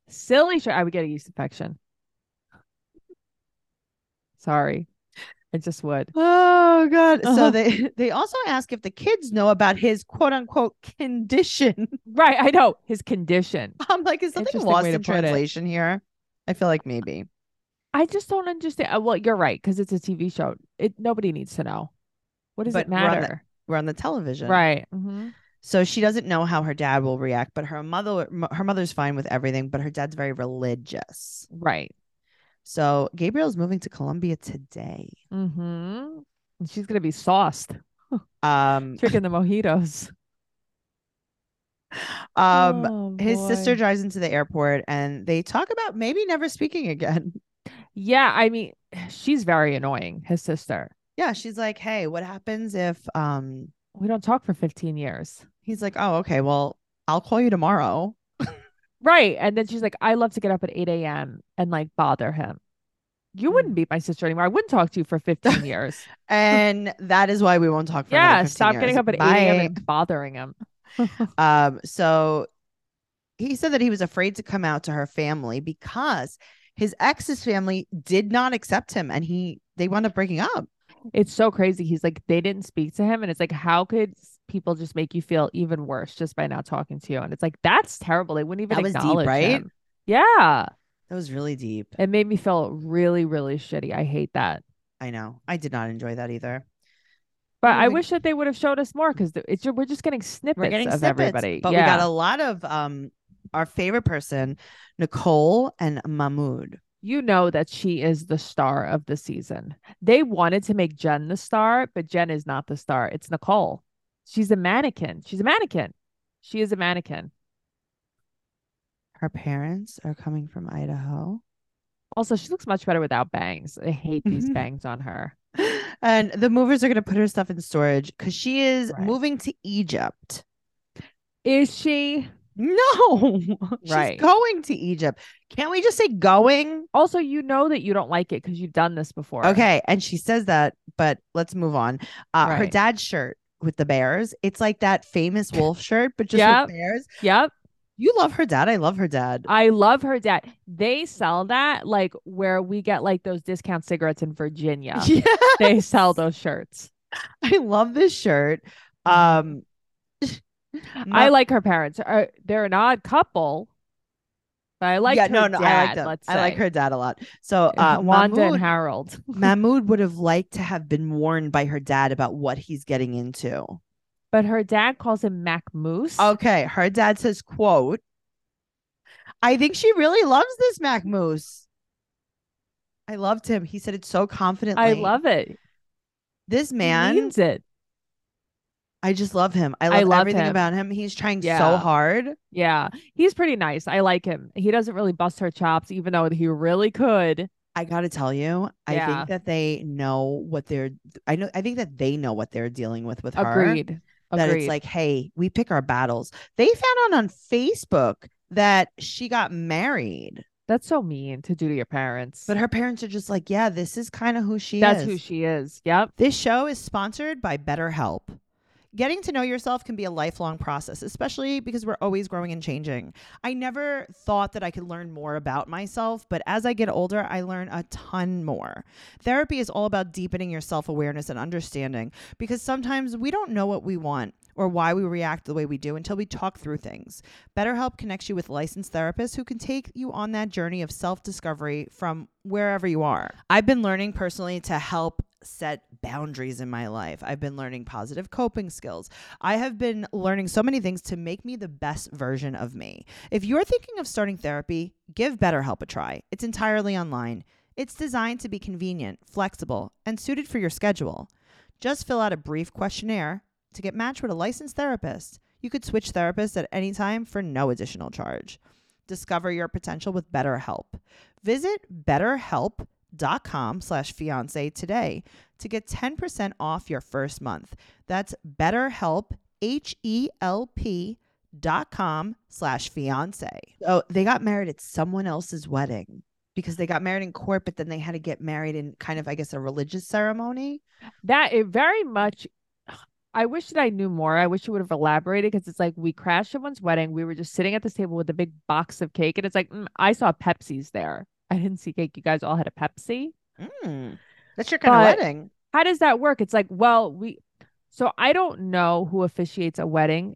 [SPEAKER 3] Silly sure I would get a yeast infection. Sorry. I just would.
[SPEAKER 2] Oh God!
[SPEAKER 3] Uh-huh.
[SPEAKER 2] So they they also ask if the kids know about his quote unquote condition.
[SPEAKER 3] Right, I know his condition.
[SPEAKER 2] I'm like, is something
[SPEAKER 3] Interesting
[SPEAKER 2] lost
[SPEAKER 3] way to
[SPEAKER 2] in
[SPEAKER 3] put it.
[SPEAKER 2] translation here? I feel like maybe.
[SPEAKER 3] I just don't understand. uh, Well, you're right because it's a TV show. It nobody needs to know. What does
[SPEAKER 2] But
[SPEAKER 3] it
[SPEAKER 2] we're on the
[SPEAKER 3] matter?
[SPEAKER 2] We're on the television,
[SPEAKER 3] Right. hmm
[SPEAKER 2] So she doesn't know how her dad will react, but her mother m- her mother's fine with everything, but her dad's very religious.
[SPEAKER 3] Right.
[SPEAKER 2] So Gabriel's moving to Colombia today.
[SPEAKER 3] hmm She's gonna be sauced,
[SPEAKER 2] Um,
[SPEAKER 3] drinking the mojitos.
[SPEAKER 2] um,
[SPEAKER 3] Oh,
[SPEAKER 2] his sister
[SPEAKER 3] boy.
[SPEAKER 2] drives into the airport, and they talk about maybe never speaking again.
[SPEAKER 3] Yeah, I mean, she's very annoying. His sister.
[SPEAKER 2] Yeah, she's like, "Hey, what happens if um
[SPEAKER 3] We don't talk for 15 years.
[SPEAKER 2] he's like, "Oh, okay. Well, I'll call you tomorrow."
[SPEAKER 3] Right. And then she's like, I love to get up at 8 a.m. and like bother him. You
[SPEAKER 2] Mm.
[SPEAKER 3] wouldn't be my sister anymore. I wouldn't talk to you for 15 years.
[SPEAKER 2] And that is why we won't talk for another
[SPEAKER 3] yeah.
[SPEAKER 2] 15
[SPEAKER 3] Stop
[SPEAKER 2] years.
[SPEAKER 3] getting up at 8 a.m. and bothering him.
[SPEAKER 2] Bye. Um so he said that he was afraid to come out to her family because his ex's family did not accept him and he they wound up breaking up.
[SPEAKER 3] It's so crazy. He's like, they didn't speak to him. And it's like, how could s- people just make you feel even worse just by not talking to you? And it's like, that's terrible. They wouldn't even
[SPEAKER 2] That was deep,
[SPEAKER 3] acknowledge
[SPEAKER 2] right?
[SPEAKER 3] him. Yeah.
[SPEAKER 2] That was really deep.
[SPEAKER 3] It made me feel really, really shitty. I hate that.
[SPEAKER 2] I know. I did not enjoy that either.
[SPEAKER 3] But
[SPEAKER 2] don't
[SPEAKER 3] I
[SPEAKER 2] think-
[SPEAKER 3] wish that they would have showed us more because it's we're just getting snippets
[SPEAKER 2] We're getting
[SPEAKER 3] of
[SPEAKER 2] snippets,
[SPEAKER 3] everybody.
[SPEAKER 2] but
[SPEAKER 3] yeah.
[SPEAKER 2] we got a lot of um our favorite person, Nicole and Mahmood.
[SPEAKER 3] you know that she is the star of the season. They wanted to make Jen the star, but Jen is not the star. It's Nicole. She's a mannequin. She's a mannequin. She is a mannequin.
[SPEAKER 2] Her parents are coming from Idaho.
[SPEAKER 3] Also, she looks much better without bangs. I hate these
[SPEAKER 2] Mhm.
[SPEAKER 3] bangs on her.
[SPEAKER 2] And the movers are going to put her stuff in storage because she is
[SPEAKER 3] Right.
[SPEAKER 2] moving to Egypt.
[SPEAKER 3] Is she?
[SPEAKER 2] No, she's
[SPEAKER 3] Right.
[SPEAKER 2] going to Egypt. Can't we just say going?
[SPEAKER 3] Also, you know that you don't like it because you've done this before.
[SPEAKER 2] Okay. And she says that, but let's move on. Uh, Her
[SPEAKER 3] Right.
[SPEAKER 2] dad's shirt with the bears. It's like that famous wolf shirt, but just
[SPEAKER 3] Yep.
[SPEAKER 2] with bears.
[SPEAKER 3] Yep.
[SPEAKER 2] You love her dad. I love her dad.
[SPEAKER 3] I love her dad. They sell that like where we get like those discount cigarettes in Virginia.
[SPEAKER 2] Yeah.
[SPEAKER 3] They sell those shirts.
[SPEAKER 2] I love this shirt. Um,
[SPEAKER 3] I
[SPEAKER 2] Not-
[SPEAKER 3] like her parents. Uh, they're an odd couple, but I like
[SPEAKER 2] yeah,
[SPEAKER 3] her
[SPEAKER 2] no, no, I like
[SPEAKER 3] dad,
[SPEAKER 2] them.
[SPEAKER 3] let's
[SPEAKER 2] I like
[SPEAKER 3] say.
[SPEAKER 2] her dad a lot. So uh,
[SPEAKER 3] Wanda
[SPEAKER 2] Mahmood,
[SPEAKER 3] and Harold.
[SPEAKER 2] Mahmood would have liked to have been warned by her dad about what he's getting into.
[SPEAKER 3] But her dad calls him Mac Moose.
[SPEAKER 2] Okay, her dad says, "quote I think she really loves this Mac Moose. I loved him. He said it so confidently.
[SPEAKER 3] I love it.
[SPEAKER 2] this
[SPEAKER 3] He
[SPEAKER 2] man.
[SPEAKER 3] means it.
[SPEAKER 2] I just love him. I love,
[SPEAKER 3] I love
[SPEAKER 2] everything
[SPEAKER 3] him.
[SPEAKER 2] about him. He's trying so
[SPEAKER 3] Yeah.
[SPEAKER 2] hard.
[SPEAKER 3] Yeah, he's pretty nice. I like him. He doesn't really bust her chops, even though he really could.
[SPEAKER 2] I gotta tell you, I
[SPEAKER 3] Yeah.
[SPEAKER 2] think that they know what they're. I know. I think that they know what they're dealing with with her.
[SPEAKER 3] Agreed.
[SPEAKER 2] That
[SPEAKER 3] Agreed.
[SPEAKER 2] it's like, hey, we pick our battles. They found out on Facebook that she got married,
[SPEAKER 3] that's so mean to do to your parents.
[SPEAKER 2] but her parents are just like, yeah, this is kind of who she
[SPEAKER 3] that's
[SPEAKER 2] is.
[SPEAKER 3] who she is. Yep.
[SPEAKER 2] This show is sponsored by BetterHelp. Getting to know yourself can be a lifelong process, especially because we're always growing and changing. I never thought that I could learn more about myself, but as I get older, I learn a ton more. Therapy is all about deepening your self awareness and understanding because sometimes we don't know what we want or why we react the way we do until we talk through things. BetterHelp connects you with licensed therapists who can take you on that journey of self discovery from wherever you are. I've been learning personally to help set boundaries in my life. I've been learning positive coping skills. I have been learning so many things to make me the best version of me. If you're thinking of starting therapy, give BetterHelp a try. It's entirely online. It's designed to be convenient, flexible, and suited for your schedule. Just fill out a brief questionnaire to get matched with a licensed therapist. You could switch therapists at any time for no additional charge. Discover your potential with BetterHelp. Visit betterhelp.com slash fiance today to get 10% off your first month. That's betterhelp, H-E-L-P dot com slash fiance. Oh, they got married at someone else's wedding because they got married in court, but then they had to get married in kind of, I guess, a religious ceremony.
[SPEAKER 3] That it very much. I wish that I knew more. I wish you would have elaborated because it's like we crashed someone's wedding. We were just sitting at this table with a big box of cake, and it's like mm, I saw Pepsi's there. I didn't see cake. You guys all had a Pepsi.
[SPEAKER 2] Mm, that's your kind of
[SPEAKER 3] But-
[SPEAKER 2] wedding.
[SPEAKER 3] How does that work? It's like, well, we. So I don't know who officiates a wedding,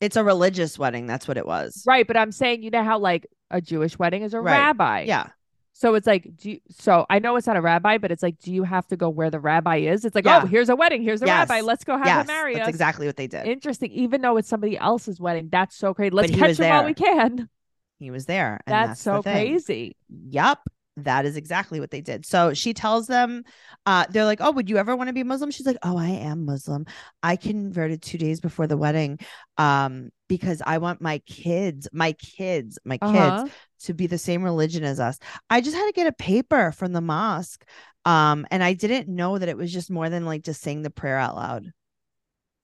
[SPEAKER 2] It's a religious wedding. That's what it was.
[SPEAKER 3] right? But I'm saying, you know how like a Jewish wedding is a
[SPEAKER 2] Right.
[SPEAKER 3] rabbi.
[SPEAKER 2] Yeah.
[SPEAKER 3] So it's like, do you, so I know it's not a rabbi, but it's like, do you have to go where the rabbi is? It's like,
[SPEAKER 2] Yeah.
[SPEAKER 3] oh, here's a wedding, here's a rabbi.
[SPEAKER 2] Yes.
[SPEAKER 3] Let's go have
[SPEAKER 2] Yes.
[SPEAKER 3] him marry
[SPEAKER 2] That's
[SPEAKER 3] us.
[SPEAKER 2] exactly what they did.
[SPEAKER 3] Interesting. Even though it's somebody else's wedding, that's so crazy. Let's
[SPEAKER 2] he
[SPEAKER 3] catch
[SPEAKER 2] was
[SPEAKER 3] them while we can.
[SPEAKER 2] he was there. And
[SPEAKER 3] That's,
[SPEAKER 2] the
[SPEAKER 3] so
[SPEAKER 2] thing.
[SPEAKER 3] crazy.
[SPEAKER 2] Yep. That is exactly what they did. So she tells them, uh, they're like, Oh, would you ever want to be Muslim? She's like, Oh, I am Muslim. I converted two days before the wedding um, because I want my kids, my kids, my kids
[SPEAKER 3] Uh-huh.
[SPEAKER 2] to be the same religion as us. I just had to get a paper from the mosque Um, and I didn't know that it was just more than like just saying the prayer out loud.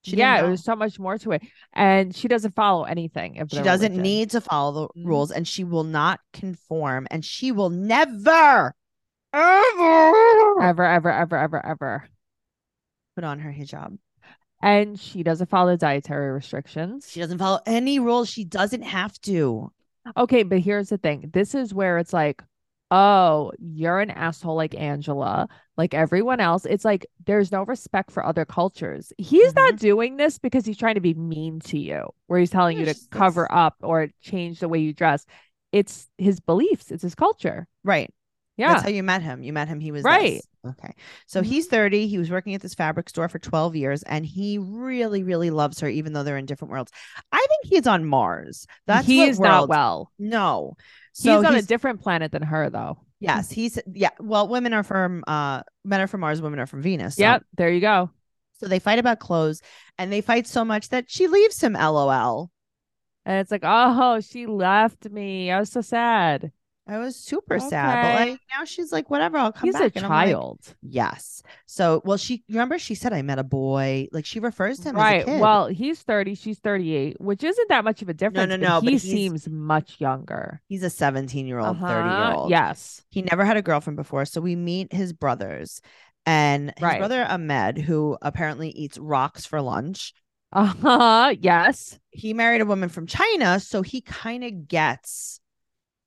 [SPEAKER 2] She didn't
[SPEAKER 3] yeah,
[SPEAKER 2] know.
[SPEAKER 3] there's so much more to it, and she doesn't follow anything. Of
[SPEAKER 2] She
[SPEAKER 3] their
[SPEAKER 2] doesn't
[SPEAKER 3] religion.
[SPEAKER 2] need to follow the
[SPEAKER 3] Mhm.
[SPEAKER 2] rules and she will not conform and she will never ever
[SPEAKER 3] ever, ever, ever, ever, ever,
[SPEAKER 2] put on her hijab.
[SPEAKER 3] and she doesn't follow dietary restrictions.
[SPEAKER 2] She doesn't follow any rules. She doesn't have to.
[SPEAKER 3] Okay, but here's the thing. This is where it's like, oh, you're an asshole like Angela, like everyone else. It's like there's no respect for other cultures. He's not
[SPEAKER 2] Mm-hmm.
[SPEAKER 3] doing this because he's trying to be mean to you, where he's telling
[SPEAKER 2] Yeah,
[SPEAKER 3] you to
[SPEAKER 2] just-
[SPEAKER 3] cover up or change the way you dress. It's his beliefs, it's his culture.
[SPEAKER 2] Right.
[SPEAKER 3] Yeah.
[SPEAKER 2] That's how you met him. You met him. He was
[SPEAKER 3] Right.
[SPEAKER 2] this. Okay. So
[SPEAKER 3] Mhm.
[SPEAKER 2] he's 30. He was working at this fabric store for 12 years and he really, really loves her, even though they're in different worlds. I think he's on Mars. That's
[SPEAKER 3] he
[SPEAKER 2] what
[SPEAKER 3] is not
[SPEAKER 2] world-
[SPEAKER 3] well.
[SPEAKER 2] No. So
[SPEAKER 3] he's
[SPEAKER 2] he's,
[SPEAKER 3] on a different planet than her, though.
[SPEAKER 2] yes, he's yeah. Well, women are from uh men are from Mars, women are from Venus. so-
[SPEAKER 3] Yep. There you go.
[SPEAKER 2] So they fight about clothes and they fight so much that she leaves him LOL.
[SPEAKER 3] And it's like, oh, she left me. I was so sad.
[SPEAKER 2] I was super sad. But
[SPEAKER 3] Okay.
[SPEAKER 2] like now she's like, whatever, I'll come
[SPEAKER 3] he's
[SPEAKER 2] back.
[SPEAKER 3] a
[SPEAKER 2] And I'm like,
[SPEAKER 3] child.
[SPEAKER 2] yes. So well, she remember she said I met a boy. Like she refers to him as
[SPEAKER 3] Right.
[SPEAKER 2] a kid.
[SPEAKER 3] Well, he's 30, she's 38, which isn't that much of a difference.
[SPEAKER 2] no,
[SPEAKER 3] but
[SPEAKER 2] no, but
[SPEAKER 3] He
[SPEAKER 2] he's-
[SPEAKER 3] seems much younger.
[SPEAKER 2] he's a 17 year old, 30 year
[SPEAKER 3] Uh-huh,
[SPEAKER 2] old.
[SPEAKER 3] Yes.
[SPEAKER 2] He never had a girlfriend before. So we meet his brothers and his
[SPEAKER 3] Right.
[SPEAKER 2] brother Ahmed, who apparently eats rocks for lunch.
[SPEAKER 3] Uh huh. Yes.
[SPEAKER 2] He married a woman from China, so he kind of gets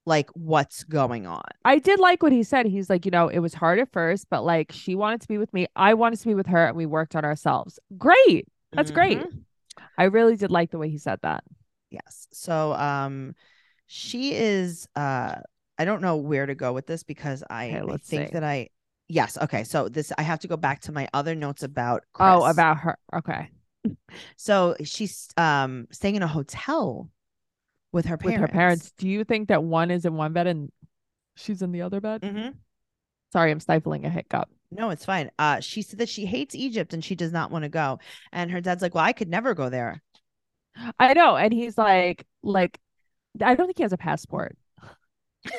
[SPEAKER 2] like what's going on.
[SPEAKER 3] I did like what he said. He's like, you know, it was hard at first, but like she wanted to be with me. I wanted to be with her, and we worked on ourselves. Great. That's great.
[SPEAKER 2] Mhm.
[SPEAKER 3] I really did like the way he said that.
[SPEAKER 2] Yes. So um she is uh I don't know where to go with this because I,
[SPEAKER 3] Okay,
[SPEAKER 2] I
[SPEAKER 3] let's
[SPEAKER 2] think
[SPEAKER 3] see.
[SPEAKER 2] that I yes, okay. So this I have to go back to my other notes about
[SPEAKER 3] Oh,
[SPEAKER 2] Chris.
[SPEAKER 3] about her. Okay.
[SPEAKER 2] so she's um staying in a hotel with her
[SPEAKER 3] With
[SPEAKER 2] parents.
[SPEAKER 3] her parents. Do you think that one is in one bed and she's in the other bed?
[SPEAKER 2] hmm
[SPEAKER 3] Sorry, I'm stifling a hiccup.
[SPEAKER 2] No, it's fine. Uh she said that she hates Egypt and she does not want to go. And her dad's like, Well, I could never go there.
[SPEAKER 3] I know. And he's like, like, I don't think he has a passport.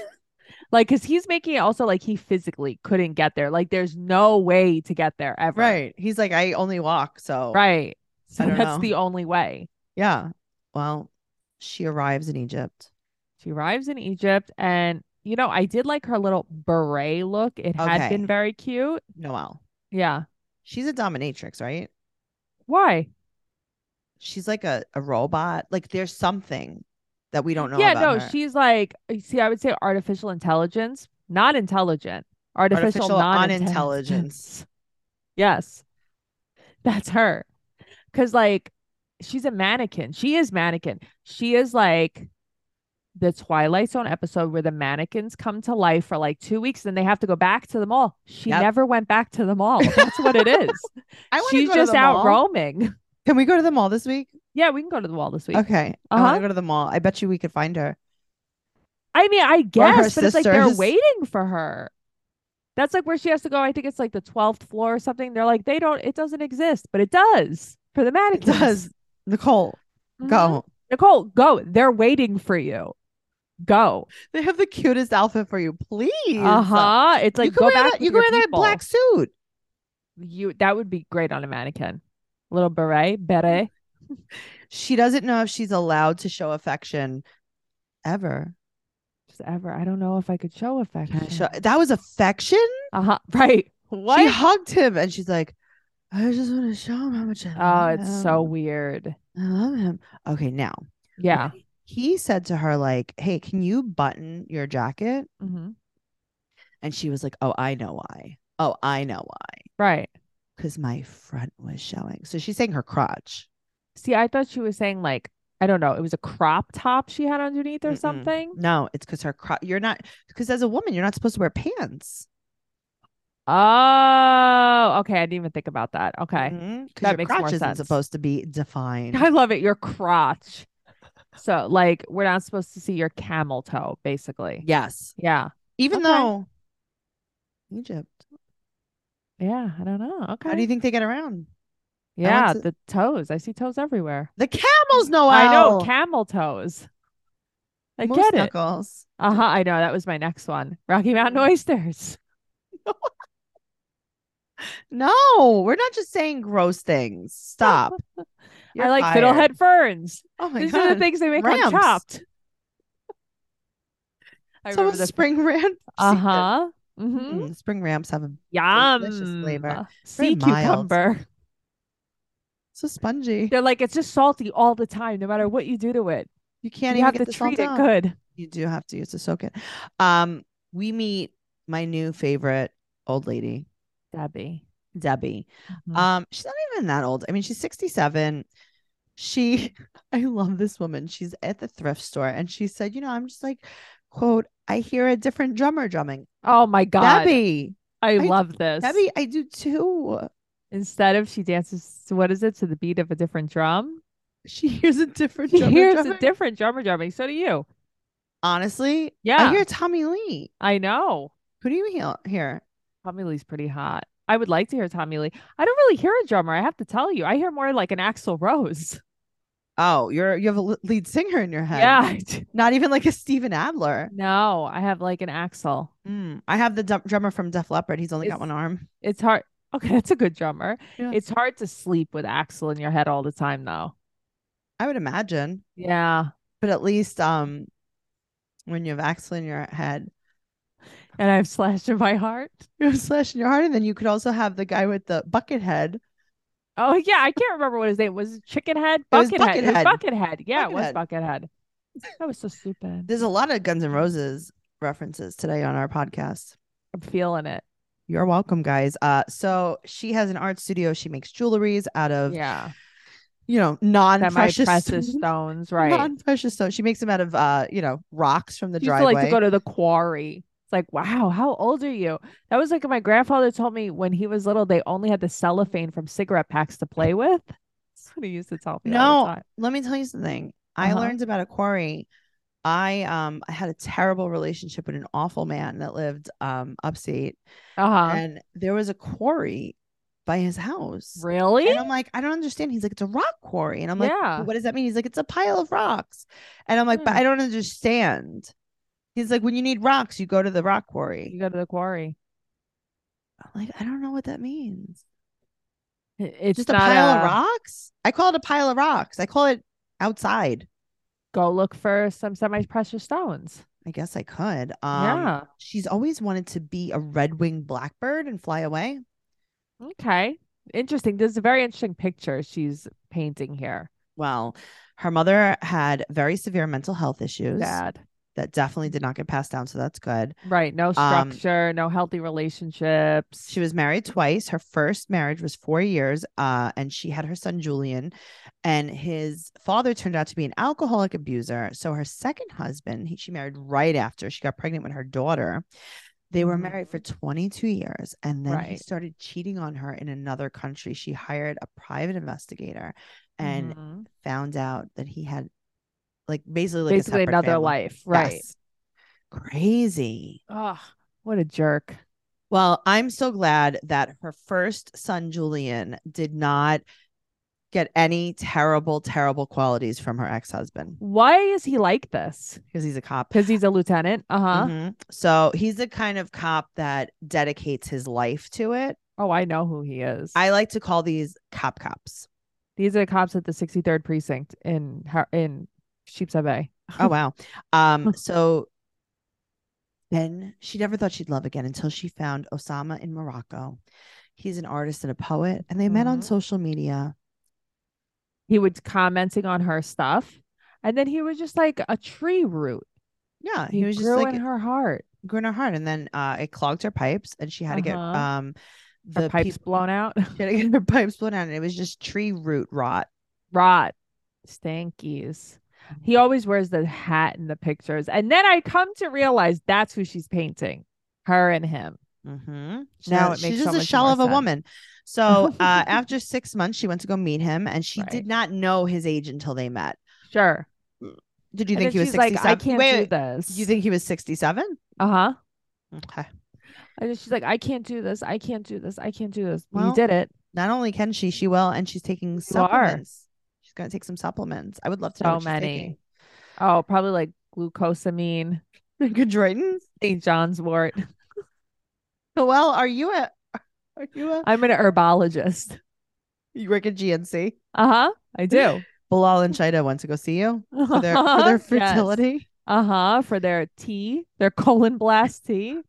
[SPEAKER 3] like, cause he's making it also like he physically couldn't get there. Like, there's no way to get there ever.
[SPEAKER 2] He's like, I only walk, so
[SPEAKER 3] Right. So
[SPEAKER 2] don't
[SPEAKER 3] that's
[SPEAKER 2] know.
[SPEAKER 3] the only way.
[SPEAKER 2] yeah. Well, she arrives in Egypt.
[SPEAKER 3] She arrives in Egypt and you know, I did like her little beret look. It had
[SPEAKER 2] Okay.
[SPEAKER 3] been very cute.
[SPEAKER 2] Noel.
[SPEAKER 3] Yeah.
[SPEAKER 2] She's a dominatrix, right?
[SPEAKER 3] Why?
[SPEAKER 2] she's like a, a robot. Like there's something that we don't know.
[SPEAKER 3] yeah,
[SPEAKER 2] about
[SPEAKER 3] no,
[SPEAKER 2] her.
[SPEAKER 3] she's like see, I would say artificial intelligence, not intelligent. Artificial,
[SPEAKER 2] Artificial
[SPEAKER 3] non-intelligence.
[SPEAKER 2] unintelligence.
[SPEAKER 3] Yes. That's her. Cause like she's a mannequin. She is mannequin. She is like the Twilight Zone episode where the mannequins come to life for like two weeks and they have to go back to the mall. She
[SPEAKER 2] Yep.
[SPEAKER 3] never went back to the mall. That's what it is.
[SPEAKER 2] I wanna
[SPEAKER 3] she's
[SPEAKER 2] go to
[SPEAKER 3] just
[SPEAKER 2] the
[SPEAKER 3] out
[SPEAKER 2] mall.
[SPEAKER 3] roaming.
[SPEAKER 2] Can we go to the mall this week?
[SPEAKER 3] Yeah, we can go to the mall this week.
[SPEAKER 2] Okay, I want
[SPEAKER 3] Uh-huh.
[SPEAKER 2] to go to the mall. I bet you we could find her.
[SPEAKER 3] I mean, I guess, but it's like they're
[SPEAKER 2] sisters.
[SPEAKER 3] waiting for her. That's like where she has to go. I think it's like the 12th floor or something. They're like, they don't, it doesn't exist, but it does for the
[SPEAKER 2] It
[SPEAKER 3] mannequins.
[SPEAKER 2] does. Nicole,
[SPEAKER 3] Mhm.
[SPEAKER 2] go.
[SPEAKER 3] Nicole, go. They're waiting for you. Go.
[SPEAKER 2] They have the cutest outfit for you. Please.
[SPEAKER 3] Uh huh. It's
[SPEAKER 2] you
[SPEAKER 3] like
[SPEAKER 2] can
[SPEAKER 3] go
[SPEAKER 2] wear
[SPEAKER 3] back.
[SPEAKER 2] that,
[SPEAKER 3] with
[SPEAKER 2] you can
[SPEAKER 3] your
[SPEAKER 2] wear that
[SPEAKER 3] people.
[SPEAKER 2] black suit.
[SPEAKER 3] You that would be great on a mannequin. Little beret, beret.
[SPEAKER 2] She doesn't know if she's allowed to show affection ever.
[SPEAKER 3] Just ever. I don't know if I could show affection.
[SPEAKER 2] Show- that was affection.
[SPEAKER 3] Uh huh. Right. What?
[SPEAKER 2] She hugged him and she's like, I just want to show him how much I
[SPEAKER 3] oh,
[SPEAKER 2] love
[SPEAKER 3] it's so
[SPEAKER 2] him.
[SPEAKER 3] weird.
[SPEAKER 2] I love him. Okay, now
[SPEAKER 3] Yeah.
[SPEAKER 2] Right? He said to her, like, hey, can you button your jacket?
[SPEAKER 3] hmm
[SPEAKER 2] And she was like, oh, I know why. Oh, I know why.
[SPEAKER 3] Right.
[SPEAKER 2] Because my front was showing. So she's saying her crotch.
[SPEAKER 3] See, I thought she was saying like I don't know. It was a crop top she had underneath or
[SPEAKER 2] Mm-mm.
[SPEAKER 3] something.
[SPEAKER 2] No, it's because her crotch. You're not, because as a woman, you're not supposed to wear pants.
[SPEAKER 3] Oh, okay. I didn't even think about that. Okay.
[SPEAKER 2] Mhm. 'Cause
[SPEAKER 3] That
[SPEAKER 2] your
[SPEAKER 3] makes
[SPEAKER 2] crotch
[SPEAKER 3] more
[SPEAKER 2] isn't
[SPEAKER 3] sense.
[SPEAKER 2] supposed to be defined.
[SPEAKER 3] I love it. Your crotch. So, like, we're not supposed to see your camel toe, basically.
[SPEAKER 2] yes.
[SPEAKER 3] Yeah.
[SPEAKER 2] Even
[SPEAKER 3] Okay.
[SPEAKER 2] though Egypt,
[SPEAKER 3] Yeah. I don't know. Okay.
[SPEAKER 2] how do you think they get around?
[SPEAKER 3] yeah.
[SPEAKER 2] to-
[SPEAKER 3] The toes. I see toes everywhere.
[SPEAKER 2] The camels know
[SPEAKER 3] I know.
[SPEAKER 2] how.
[SPEAKER 3] Camel toes. I
[SPEAKER 2] Moose
[SPEAKER 3] get it. Uh-huh,
[SPEAKER 2] knuckles.
[SPEAKER 3] Uh huh. I know. That was my next one. Rocky Mountain oysters.
[SPEAKER 2] No, we're not just saying gross things. Stop. You're
[SPEAKER 3] I like
[SPEAKER 2] fired.
[SPEAKER 3] fiddlehead ferns.
[SPEAKER 2] Oh my
[SPEAKER 3] These
[SPEAKER 2] god.
[SPEAKER 3] are the things they make
[SPEAKER 2] Ramps.
[SPEAKER 3] on Chopped. I
[SPEAKER 2] It's almost
[SPEAKER 3] remember the
[SPEAKER 2] spring ramp.
[SPEAKER 3] Uh
[SPEAKER 2] season.
[SPEAKER 3] huh. Mm-hmm.
[SPEAKER 2] Mm, spring ramps have a
[SPEAKER 3] Yum.
[SPEAKER 2] delicious flavor. Very
[SPEAKER 3] Sea
[SPEAKER 2] mild.
[SPEAKER 3] cucumber.
[SPEAKER 2] so spongy.
[SPEAKER 3] They're like it's just salty all the time, no matter what you do to it.
[SPEAKER 2] You can't
[SPEAKER 3] you
[SPEAKER 2] even
[SPEAKER 3] have
[SPEAKER 2] get
[SPEAKER 3] to
[SPEAKER 2] the salt
[SPEAKER 3] treat it
[SPEAKER 2] out.
[SPEAKER 3] good.
[SPEAKER 2] You do have to use to soak it. Um, we meet my new favorite old lady,
[SPEAKER 3] Debbie.
[SPEAKER 2] Debbie.
[SPEAKER 3] Mhm.
[SPEAKER 2] Um, she's not even that old. I mean, she's 67. She, I love this woman. She's at the thrift store and she said, you know, I'm just like, quote, I hear a different drummer drumming.
[SPEAKER 3] Oh my god.
[SPEAKER 2] Debbie,
[SPEAKER 3] I,
[SPEAKER 2] d-
[SPEAKER 3] love this.
[SPEAKER 2] Debbie, I do too.
[SPEAKER 3] Instead of she dances, to- what is it, to the beat of a different drum?
[SPEAKER 2] She hears a different
[SPEAKER 3] She
[SPEAKER 2] drummer
[SPEAKER 3] hears
[SPEAKER 2] drumming.
[SPEAKER 3] a different drummer drumming. So do you.
[SPEAKER 2] Honestly, I
[SPEAKER 3] Yeah.
[SPEAKER 2] hear Tommy Lee.
[SPEAKER 3] I know.
[SPEAKER 2] Who do you he- hear?
[SPEAKER 3] Tommy Lee's pretty hot. I would like to hear Tommy Lee. I don't really hear a drummer. I have to tell you, I hear more like an Axl Rose.
[SPEAKER 2] Oh, you're you have a l- lead singer in your head.
[SPEAKER 3] Yeah. I do.
[SPEAKER 2] Not even like a Steven Adler.
[SPEAKER 3] No, I have like an Axl.
[SPEAKER 2] Mm, I have the dum- drummer from Def Leppard. He's only got
[SPEAKER 3] Is-
[SPEAKER 2] one arm.
[SPEAKER 3] It's hard. Okay, that's a good drummer.
[SPEAKER 2] Yeah.
[SPEAKER 3] It's hard to sleep with Axl in your head all the time, though.
[SPEAKER 2] I would imagine,
[SPEAKER 3] Yeah.
[SPEAKER 2] but at least um, when you have Axel in your head,
[SPEAKER 3] And I've slashed in my heart.
[SPEAKER 2] you have Slash in your heart, and then you could also have the guy with the bucket head.
[SPEAKER 3] Oh yeah, I can't remember what his name was. It Chickenhead,
[SPEAKER 2] It was
[SPEAKER 3] Buckethead, It was
[SPEAKER 2] Buckethead.
[SPEAKER 3] Buckethead. Yeah, it was
[SPEAKER 2] Buckethead.
[SPEAKER 3] Buckethead. That was so stupid.
[SPEAKER 2] There's a lot of Guns N' Roses references today on our podcast.
[SPEAKER 3] I'm feeling it.
[SPEAKER 2] You're welcome, guys. Uh, so she has an art studio. She makes jewelries out of
[SPEAKER 3] Yeah,
[SPEAKER 2] you know non-precious
[SPEAKER 3] semi-precious stones, right?
[SPEAKER 2] non-precious stone. She makes them out of uh, you know, rocks from the
[SPEAKER 3] She used to
[SPEAKER 2] driveway.
[SPEAKER 3] like to go to the quarry. It's like, wow, how old are you? That was like my grandfather told me when he was little, they only had the cellophane from cigarette packs to play with. That's what he used to tell me. all the
[SPEAKER 2] No.
[SPEAKER 3] time.
[SPEAKER 2] Let me tell you something. I
[SPEAKER 3] Uh-huh.
[SPEAKER 2] learned about a quarry. I um I had a terrible relationship with an awful man that lived um upstate,
[SPEAKER 3] Uh huh.
[SPEAKER 2] and there was a quarry by his house.
[SPEAKER 3] Really?
[SPEAKER 2] And I'm like, I don't understand. He's like, it's a rock quarry, and I'm like,
[SPEAKER 3] yeah.
[SPEAKER 2] what does that mean? He's like, it's a pile of rocks. And I'm like, but
[SPEAKER 3] Hmm.
[SPEAKER 2] I don't understand. He's like, when you need rocks, you go to the rock
[SPEAKER 3] You
[SPEAKER 2] quarry.
[SPEAKER 3] go to the quarry.
[SPEAKER 2] I'm like, I don't know what that means.
[SPEAKER 3] It- It's
[SPEAKER 2] Just a
[SPEAKER 3] not
[SPEAKER 2] pile
[SPEAKER 3] a-
[SPEAKER 2] of rocks? I call it a pile of rocks. I call it outside.
[SPEAKER 3] Go look for some semi-precious stones.
[SPEAKER 2] I guess I could. Um,
[SPEAKER 3] yeah.
[SPEAKER 2] She's always wanted to be a red winged blackbird and fly away.
[SPEAKER 3] Okay. Interesting. This is a very interesting picture she's painting here.
[SPEAKER 2] Well, her mother had very severe mental health issues
[SPEAKER 3] Dad.
[SPEAKER 2] that definitely did not get passed down. So that's good.
[SPEAKER 3] Right. No
[SPEAKER 2] Um,
[SPEAKER 3] structure, no healthy relationships.
[SPEAKER 2] She was married twice. Her first marriage was four years, uh, and she had her son Julian. And his father turned out to be an alcoholic abuser. So her second husband, he, she married right after she got pregnant with her daughter. They were
[SPEAKER 3] Mhm.
[SPEAKER 2] married for 22 years, and then he
[SPEAKER 3] Right.
[SPEAKER 2] started cheating on her in another country. She hired a private investigator and
[SPEAKER 3] Mhm.
[SPEAKER 2] found out that he had, like, basically, like
[SPEAKER 3] basically
[SPEAKER 2] a separate
[SPEAKER 3] another
[SPEAKER 2] family.
[SPEAKER 3] life. Right.
[SPEAKER 2] Yes. Crazy.
[SPEAKER 3] Ugh, what a jerk.
[SPEAKER 2] Well, I'm so glad that her first son, Julian, did not get any terrible, terrible qualities from her ex husband
[SPEAKER 3] Why is he like this?
[SPEAKER 2] because he's a cop.
[SPEAKER 3] Because he's a lieutenant. Uh huh.
[SPEAKER 2] Mhm. So he's the kind of cop that dedicates his life to it.
[SPEAKER 3] Oh, I know who he is.
[SPEAKER 2] I like to call these cop cops.
[SPEAKER 3] These are the cops at the 63rd precinct in Har- in Sheepshead Bay.
[SPEAKER 2] Oh, wow. Um, so then she never thought she'd love again until she found Osama in Morocco. He's an artist and a poet, and they met on
[SPEAKER 3] Mhm.
[SPEAKER 2] social media.
[SPEAKER 3] He was commenting on her stuff, and then he was just like a tree root.
[SPEAKER 2] Yeah,
[SPEAKER 3] He,
[SPEAKER 2] he, was just
[SPEAKER 3] grew
[SPEAKER 2] like
[SPEAKER 3] in her heart.
[SPEAKER 2] grew in her heart, and then uh, it clogged her pipes, and she had to get
[SPEAKER 3] Uh-huh.
[SPEAKER 2] um
[SPEAKER 3] Her
[SPEAKER 2] the
[SPEAKER 3] pipes
[SPEAKER 2] peop-
[SPEAKER 3] blown out.
[SPEAKER 2] she had to get her pipes blown out, and it was just tree root rot.
[SPEAKER 3] Rot. Stankies. He always wears the hat in the pictures. And then I come to realize that's who she's painting. Her and him.
[SPEAKER 2] Mm-hmm.
[SPEAKER 3] Now it makes
[SPEAKER 2] she's
[SPEAKER 3] so
[SPEAKER 2] just a
[SPEAKER 3] much
[SPEAKER 2] shell
[SPEAKER 3] more
[SPEAKER 2] of a
[SPEAKER 3] sense.
[SPEAKER 2] woman. So uh, after six months, she went to go meet him, and she
[SPEAKER 3] Right.
[SPEAKER 2] did not know his age until they met.
[SPEAKER 3] Sure.
[SPEAKER 2] Did you think
[SPEAKER 3] And then
[SPEAKER 2] he was
[SPEAKER 3] she's like,
[SPEAKER 2] sixty-seven?
[SPEAKER 3] I can't
[SPEAKER 2] wait,
[SPEAKER 3] do
[SPEAKER 2] wait,
[SPEAKER 3] this.
[SPEAKER 2] You think he was sixty-seven?
[SPEAKER 3] uh-huh.
[SPEAKER 2] Okay.
[SPEAKER 3] And then she's like, I can't do this. I can't do this. I can't do this. Well,
[SPEAKER 2] Well,
[SPEAKER 3] you did it.
[SPEAKER 2] Not only can she, she will, and she's taking
[SPEAKER 3] are.
[SPEAKER 2] supplements. She's gonna take some supplements. I would love to know
[SPEAKER 3] So
[SPEAKER 2] what she's
[SPEAKER 3] many.
[SPEAKER 2] taking.
[SPEAKER 3] Oh, probably like glucosamine,
[SPEAKER 2] Good Drayton.
[SPEAKER 3] St. John's wort.
[SPEAKER 2] Well, are you a Are you, a,
[SPEAKER 3] I'm an herbologist.
[SPEAKER 2] you work at GNC?
[SPEAKER 3] Uh huh. I do.
[SPEAKER 2] Bilal and Shida went to go see you for their, for their fertility.
[SPEAKER 3] Uh huh. For their tea, their colon blast tea.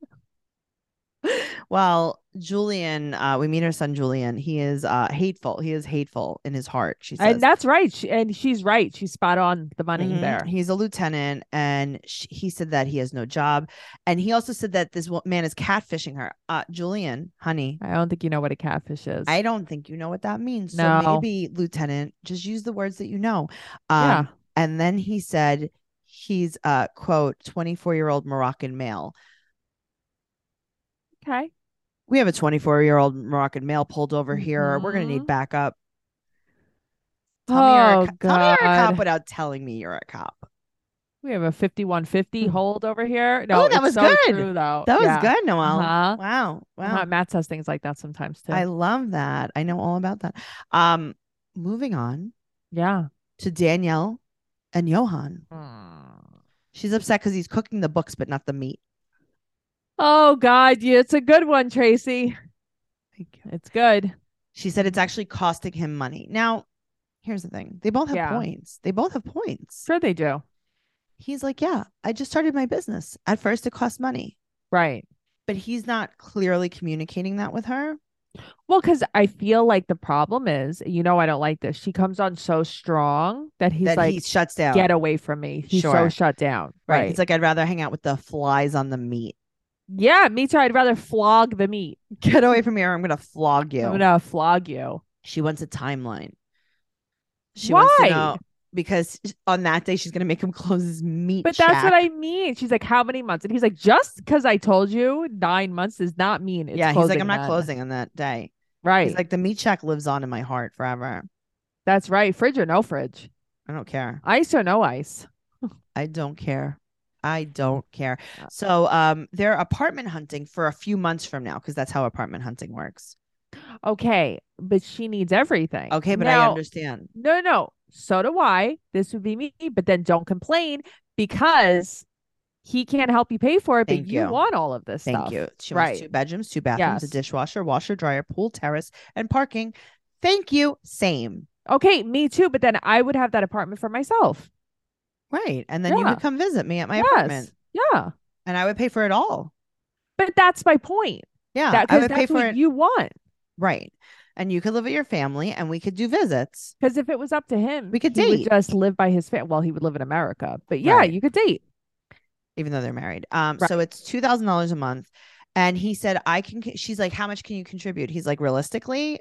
[SPEAKER 2] Well, Julian, uh, we meet her son Julian. He is uh, hateful. He is hateful in his heart. She says,
[SPEAKER 3] And that's right. She, and she's right. She's spot on the money
[SPEAKER 2] Mhm.
[SPEAKER 3] there.
[SPEAKER 2] He's a lieutenant, and sh he said that he has no job, and he also said that this wo- man is catfishing her. Uh, Julian, honey,
[SPEAKER 3] I don't think you know what a catfish is.
[SPEAKER 2] I don't think you know what that means. So
[SPEAKER 3] No.
[SPEAKER 2] maybe lieutenant, just use the words that you know. Um,
[SPEAKER 3] Yeah.
[SPEAKER 2] And then he said he's uh quote twenty four year old Moroccan male.
[SPEAKER 3] okay.
[SPEAKER 2] We have a twenty four year old Moroccan male pulled over here. We're gonna need
[SPEAKER 3] Mhm.
[SPEAKER 2] backup. Tell, me you're
[SPEAKER 3] Oh
[SPEAKER 2] a co- tell me you're a cop
[SPEAKER 3] God.
[SPEAKER 2] without telling me you're a cop.
[SPEAKER 3] We have a 5150 hold over here. No,
[SPEAKER 2] Hmm. Oh, that
[SPEAKER 3] it's
[SPEAKER 2] was
[SPEAKER 3] so
[SPEAKER 2] good.
[SPEAKER 3] true though.
[SPEAKER 2] That was
[SPEAKER 3] Oh, Yeah.
[SPEAKER 2] good, Noel.
[SPEAKER 3] Uh-huh.
[SPEAKER 2] Wow. Wow.
[SPEAKER 3] Uh-huh. Matt says things like that sometimes too.
[SPEAKER 2] I love that. I know all about that. Um, moving on
[SPEAKER 3] yeah.
[SPEAKER 2] to Danielle and Johan. She's upset because he's cooking the books, but not the meat.
[SPEAKER 3] Oh God, yeah, it's a good one, Tracy.
[SPEAKER 2] Thank you.
[SPEAKER 3] It's good.
[SPEAKER 2] She said it's actually costing him money. Now, here's the thing: they both have
[SPEAKER 3] Yeah.
[SPEAKER 2] points. They both have points.
[SPEAKER 3] Sure they do.
[SPEAKER 2] He's like, yeah, I just started my business. At first, it cost money,
[SPEAKER 3] Right.
[SPEAKER 2] but he's not clearly communicating that with her.
[SPEAKER 3] Well, because I feel like the problem is, you know, I don't like this. She comes on so strong that he's
[SPEAKER 2] that
[SPEAKER 3] like,
[SPEAKER 2] he shuts down.
[SPEAKER 3] get away from me. He's so
[SPEAKER 2] Sure.
[SPEAKER 3] shut down.
[SPEAKER 2] right. He's like, I'd rather hang out with the flies on the meat.
[SPEAKER 3] yeah, me too. I'd rather flog the meat.
[SPEAKER 2] Get away from me, or I'm gonna flog you.
[SPEAKER 3] I'm gonna flog you.
[SPEAKER 2] She wants a timeline. She wants to
[SPEAKER 3] Why?
[SPEAKER 2] know because on that day she's gonna make him close his meat.
[SPEAKER 3] But that's
[SPEAKER 2] shack.
[SPEAKER 3] what I mean. She's like, how many months? And he's like, just because I told you nine months does not mean it's
[SPEAKER 2] yeah, he's like, I'm not
[SPEAKER 3] then."
[SPEAKER 2] closing on that day.
[SPEAKER 3] Right.
[SPEAKER 2] He's like, the meat shack lives on in my heart forever.
[SPEAKER 3] that's right. Fridge or no fridge.
[SPEAKER 2] I don't care.
[SPEAKER 3] Ice or no ice.
[SPEAKER 2] I don't care. I don't care. So um they're apartment hunting for a few months from now because that's how apartment hunting works.
[SPEAKER 3] Okay, but she needs everything.
[SPEAKER 2] Okay, but I
[SPEAKER 3] Now-
[SPEAKER 2] understand.
[SPEAKER 3] No, no. So do I. This would be me, but then don't complain because he can't help you pay for it,
[SPEAKER 2] Thank
[SPEAKER 3] but you
[SPEAKER 2] you.
[SPEAKER 3] want all of this
[SPEAKER 2] Thank
[SPEAKER 3] stuff.
[SPEAKER 2] you. She wants two
[SPEAKER 3] Right.
[SPEAKER 2] bedrooms, two bathrooms, a
[SPEAKER 3] Yes.
[SPEAKER 2] dishwasher, washer, dryer, pool, terrace, and parking. Thank you. Same.
[SPEAKER 3] Okay, me too, but then I would have that apartment for myself.
[SPEAKER 2] Right. And then you
[SPEAKER 3] Yeah.
[SPEAKER 2] would come visit me at my
[SPEAKER 3] Yes.
[SPEAKER 2] apartment.
[SPEAKER 3] Yeah.
[SPEAKER 2] and I would pay for it all.
[SPEAKER 3] But that's my point.
[SPEAKER 2] Yeah,
[SPEAKER 3] That,
[SPEAKER 2] I
[SPEAKER 3] 'cause
[SPEAKER 2] would
[SPEAKER 3] that's
[SPEAKER 2] pay for
[SPEAKER 3] what
[SPEAKER 2] it.
[SPEAKER 3] you want.
[SPEAKER 2] right. And you could live with your family and we could do visits.
[SPEAKER 3] Because if it was up to him,
[SPEAKER 2] We could
[SPEAKER 3] he would
[SPEAKER 2] date.
[SPEAKER 3] just live by his family. Well, he would live in America, but yeah,
[SPEAKER 2] Right.
[SPEAKER 3] you could date.
[SPEAKER 2] even though they're married. Um,
[SPEAKER 3] Right.
[SPEAKER 2] so it's two thousand dollars a month, and he said, "I can." co- She's like, "How much can you contribute?" He's like, "Realistically,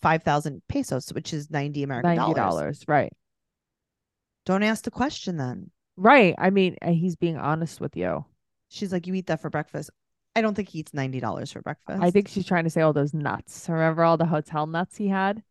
[SPEAKER 2] five thousand pesos, which is ninety American
[SPEAKER 3] Ninety
[SPEAKER 2] dollars."
[SPEAKER 3] dollars, right?
[SPEAKER 2] Don't ask the question then.
[SPEAKER 3] Right. I mean, uh, he's being honest with you.
[SPEAKER 2] She's like, "You eat that for breakfast." I don't think he eats ninety dollars for breakfast.
[SPEAKER 3] I think she's trying to say all those nuts. Remember all the hotel nuts he had?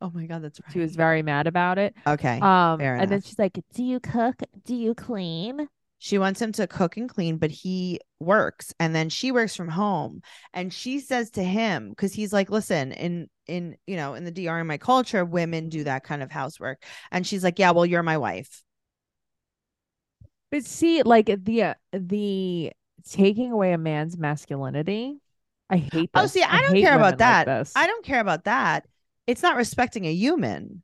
[SPEAKER 2] Oh my god, that's right.
[SPEAKER 3] She was very mad about it.
[SPEAKER 2] okay.
[SPEAKER 3] Um,
[SPEAKER 2] fair
[SPEAKER 3] and then
[SPEAKER 2] enough.
[SPEAKER 3] she's like, "Do you cook? Do you clean?"
[SPEAKER 2] She wants him to cook and clean, but he works and then she works from home. And she says to him, because he's like, listen, in in you know, in the DR in my culture, women do that kind of housework. And she's like, Yeah, well, you're my wife.
[SPEAKER 3] But see, like the uh, the taking away a man's masculinity, I hate.
[SPEAKER 2] Oh,
[SPEAKER 3] this.
[SPEAKER 2] see, I don't
[SPEAKER 3] hate
[SPEAKER 2] care about
[SPEAKER 3] women like this.
[SPEAKER 2] I don't care about that. It's not respecting a human.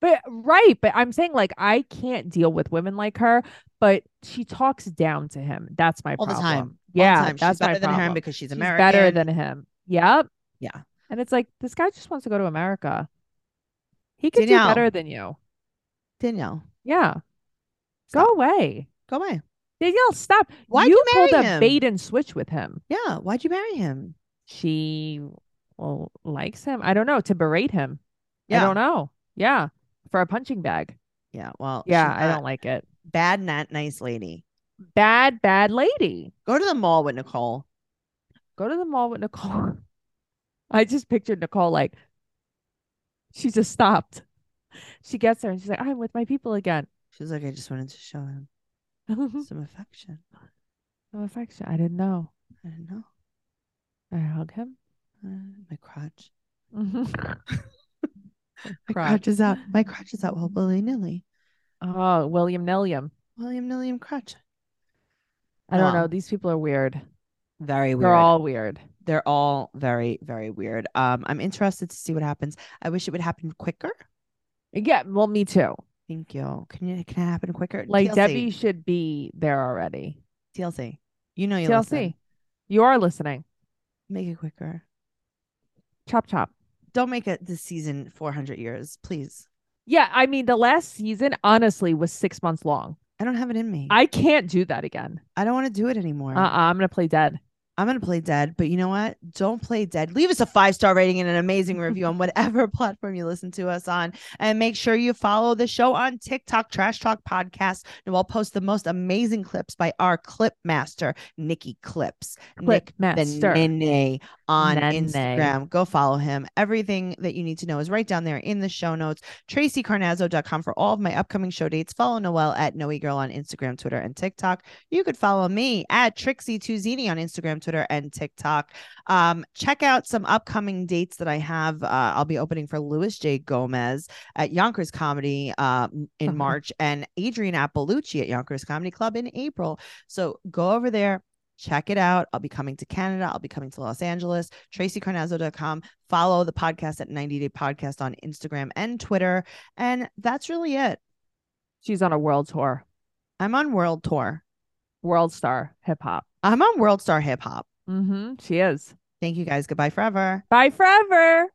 [SPEAKER 3] But right, but I'm saying like I can't deal with women like her. But she talks down to him. That's my
[SPEAKER 2] All the
[SPEAKER 3] problem.
[SPEAKER 2] time. All the
[SPEAKER 3] Yeah,
[SPEAKER 2] time. she's
[SPEAKER 3] that's
[SPEAKER 2] better
[SPEAKER 3] my
[SPEAKER 2] than
[SPEAKER 3] problem.
[SPEAKER 2] him because she's
[SPEAKER 3] She's
[SPEAKER 2] American.
[SPEAKER 3] better than him. Yep.
[SPEAKER 2] Yeah.
[SPEAKER 3] And it's like this guy just wants to go to America. He could do
[SPEAKER 2] Danielle.
[SPEAKER 3] better than you.
[SPEAKER 2] Danielle.
[SPEAKER 3] Yeah.
[SPEAKER 2] Stop.
[SPEAKER 3] Go away.
[SPEAKER 2] Go away.
[SPEAKER 3] Danielle, stop.
[SPEAKER 2] Why'd
[SPEAKER 3] you
[SPEAKER 2] you
[SPEAKER 3] pulled
[SPEAKER 2] marry
[SPEAKER 3] a
[SPEAKER 2] him?
[SPEAKER 3] bait and switch with him.
[SPEAKER 2] Yeah. Why'd you marry him?
[SPEAKER 3] She well likes him. I don't know, to berate him.
[SPEAKER 2] Yeah.
[SPEAKER 3] I don't know. Yeah. For a punching bag.
[SPEAKER 2] Yeah. Well, she's
[SPEAKER 3] Yeah, uh I
[SPEAKER 2] not
[SPEAKER 3] don't like it.
[SPEAKER 2] bad, not nice lady.
[SPEAKER 3] Bad, bad lady.
[SPEAKER 2] Go to the mall with Nicole.
[SPEAKER 3] Go to the mall with Nicole. I just pictured Nicole like she just stopped. She gets there and she's like, I'm with my people again.
[SPEAKER 2] She's like, I just wanted to show him
[SPEAKER 3] no
[SPEAKER 2] some affection.
[SPEAKER 3] affection. I didn't know.
[SPEAKER 2] I don't know.
[SPEAKER 3] I hug him.
[SPEAKER 2] Uh, my crotch. Mm-hmm. My crotch.
[SPEAKER 3] Crotch. Mm-hmm.
[SPEAKER 2] is out. My crotch is out. Well, willy nilly.
[SPEAKER 3] Oh, William Nilliam.
[SPEAKER 2] William Nilliam crotch.
[SPEAKER 3] I don't
[SPEAKER 2] Wow.
[SPEAKER 3] know. These people are weird.
[SPEAKER 2] Very weird.
[SPEAKER 3] They're all weird.
[SPEAKER 2] They're all very, very weird. Um, I'm interested to see what happens. I wish it would happen quicker.
[SPEAKER 3] Yeah, well, me too.
[SPEAKER 2] Thank you. Can you can it happen quicker?
[SPEAKER 3] Like
[SPEAKER 2] TLC,
[SPEAKER 3] Debbie should be there already.
[SPEAKER 2] TLC. You know you
[SPEAKER 3] TLC,
[SPEAKER 2] listen.
[SPEAKER 3] you are listening.
[SPEAKER 2] Make it quicker.
[SPEAKER 3] Chop chop.
[SPEAKER 2] Don't make it this season 400 years, please.
[SPEAKER 3] Yeah, I mean the last season honestly was six months long.
[SPEAKER 2] I don't have it in me. I,
[SPEAKER 3] I can't do that again.
[SPEAKER 2] don't want to do it anymore.
[SPEAKER 3] Uh, uh I'm gonna play dead.
[SPEAKER 2] I'm gonna play dead, but you know what? Don't play dead. Leave us a five star rating and an amazing review on whatever platform you listen to us on, and make sure you follow the show on TikTok, Trash Talk Podcast. And we'll post the most amazing clips by our clip master, Nikki Clips,
[SPEAKER 3] Click
[SPEAKER 2] Nick
[SPEAKER 3] master.
[SPEAKER 2] the Nene on
[SPEAKER 3] Nene.
[SPEAKER 2] Instagram. Go follow him. Everything that you need to know is right down there in the show notes. TracyCarnazzo.com for all of my upcoming show dates. Follow Noelle at Noe Girl on Instagram, Twitter, and TikTok. You could follow me at Trixie Tuzini on Instagram, Twitter, and TikTok. Um, check out some upcoming dates that I have. Uh, I'll be opening for Louis J. Gomez at Yonkers Comedy uh, in
[SPEAKER 3] Uh-huh.
[SPEAKER 2] March and Adrian Appalucci at Yonkers Comedy Club in April. So go over there. Check it out. I'll be coming to Canada. I'll be coming to Los Angeles. TracyCarnazzo.com. Follow the podcast at 90 Day Podcast on Instagram and Twitter. And that's really it.
[SPEAKER 3] She's on a world tour,
[SPEAKER 2] I'm on world tour.
[SPEAKER 3] world star hip hop.
[SPEAKER 2] I'm on World Star Hip Hop.
[SPEAKER 3] Mm-hmm. She is.
[SPEAKER 2] Thank you guys. Goodbye forever.
[SPEAKER 3] Bye forever.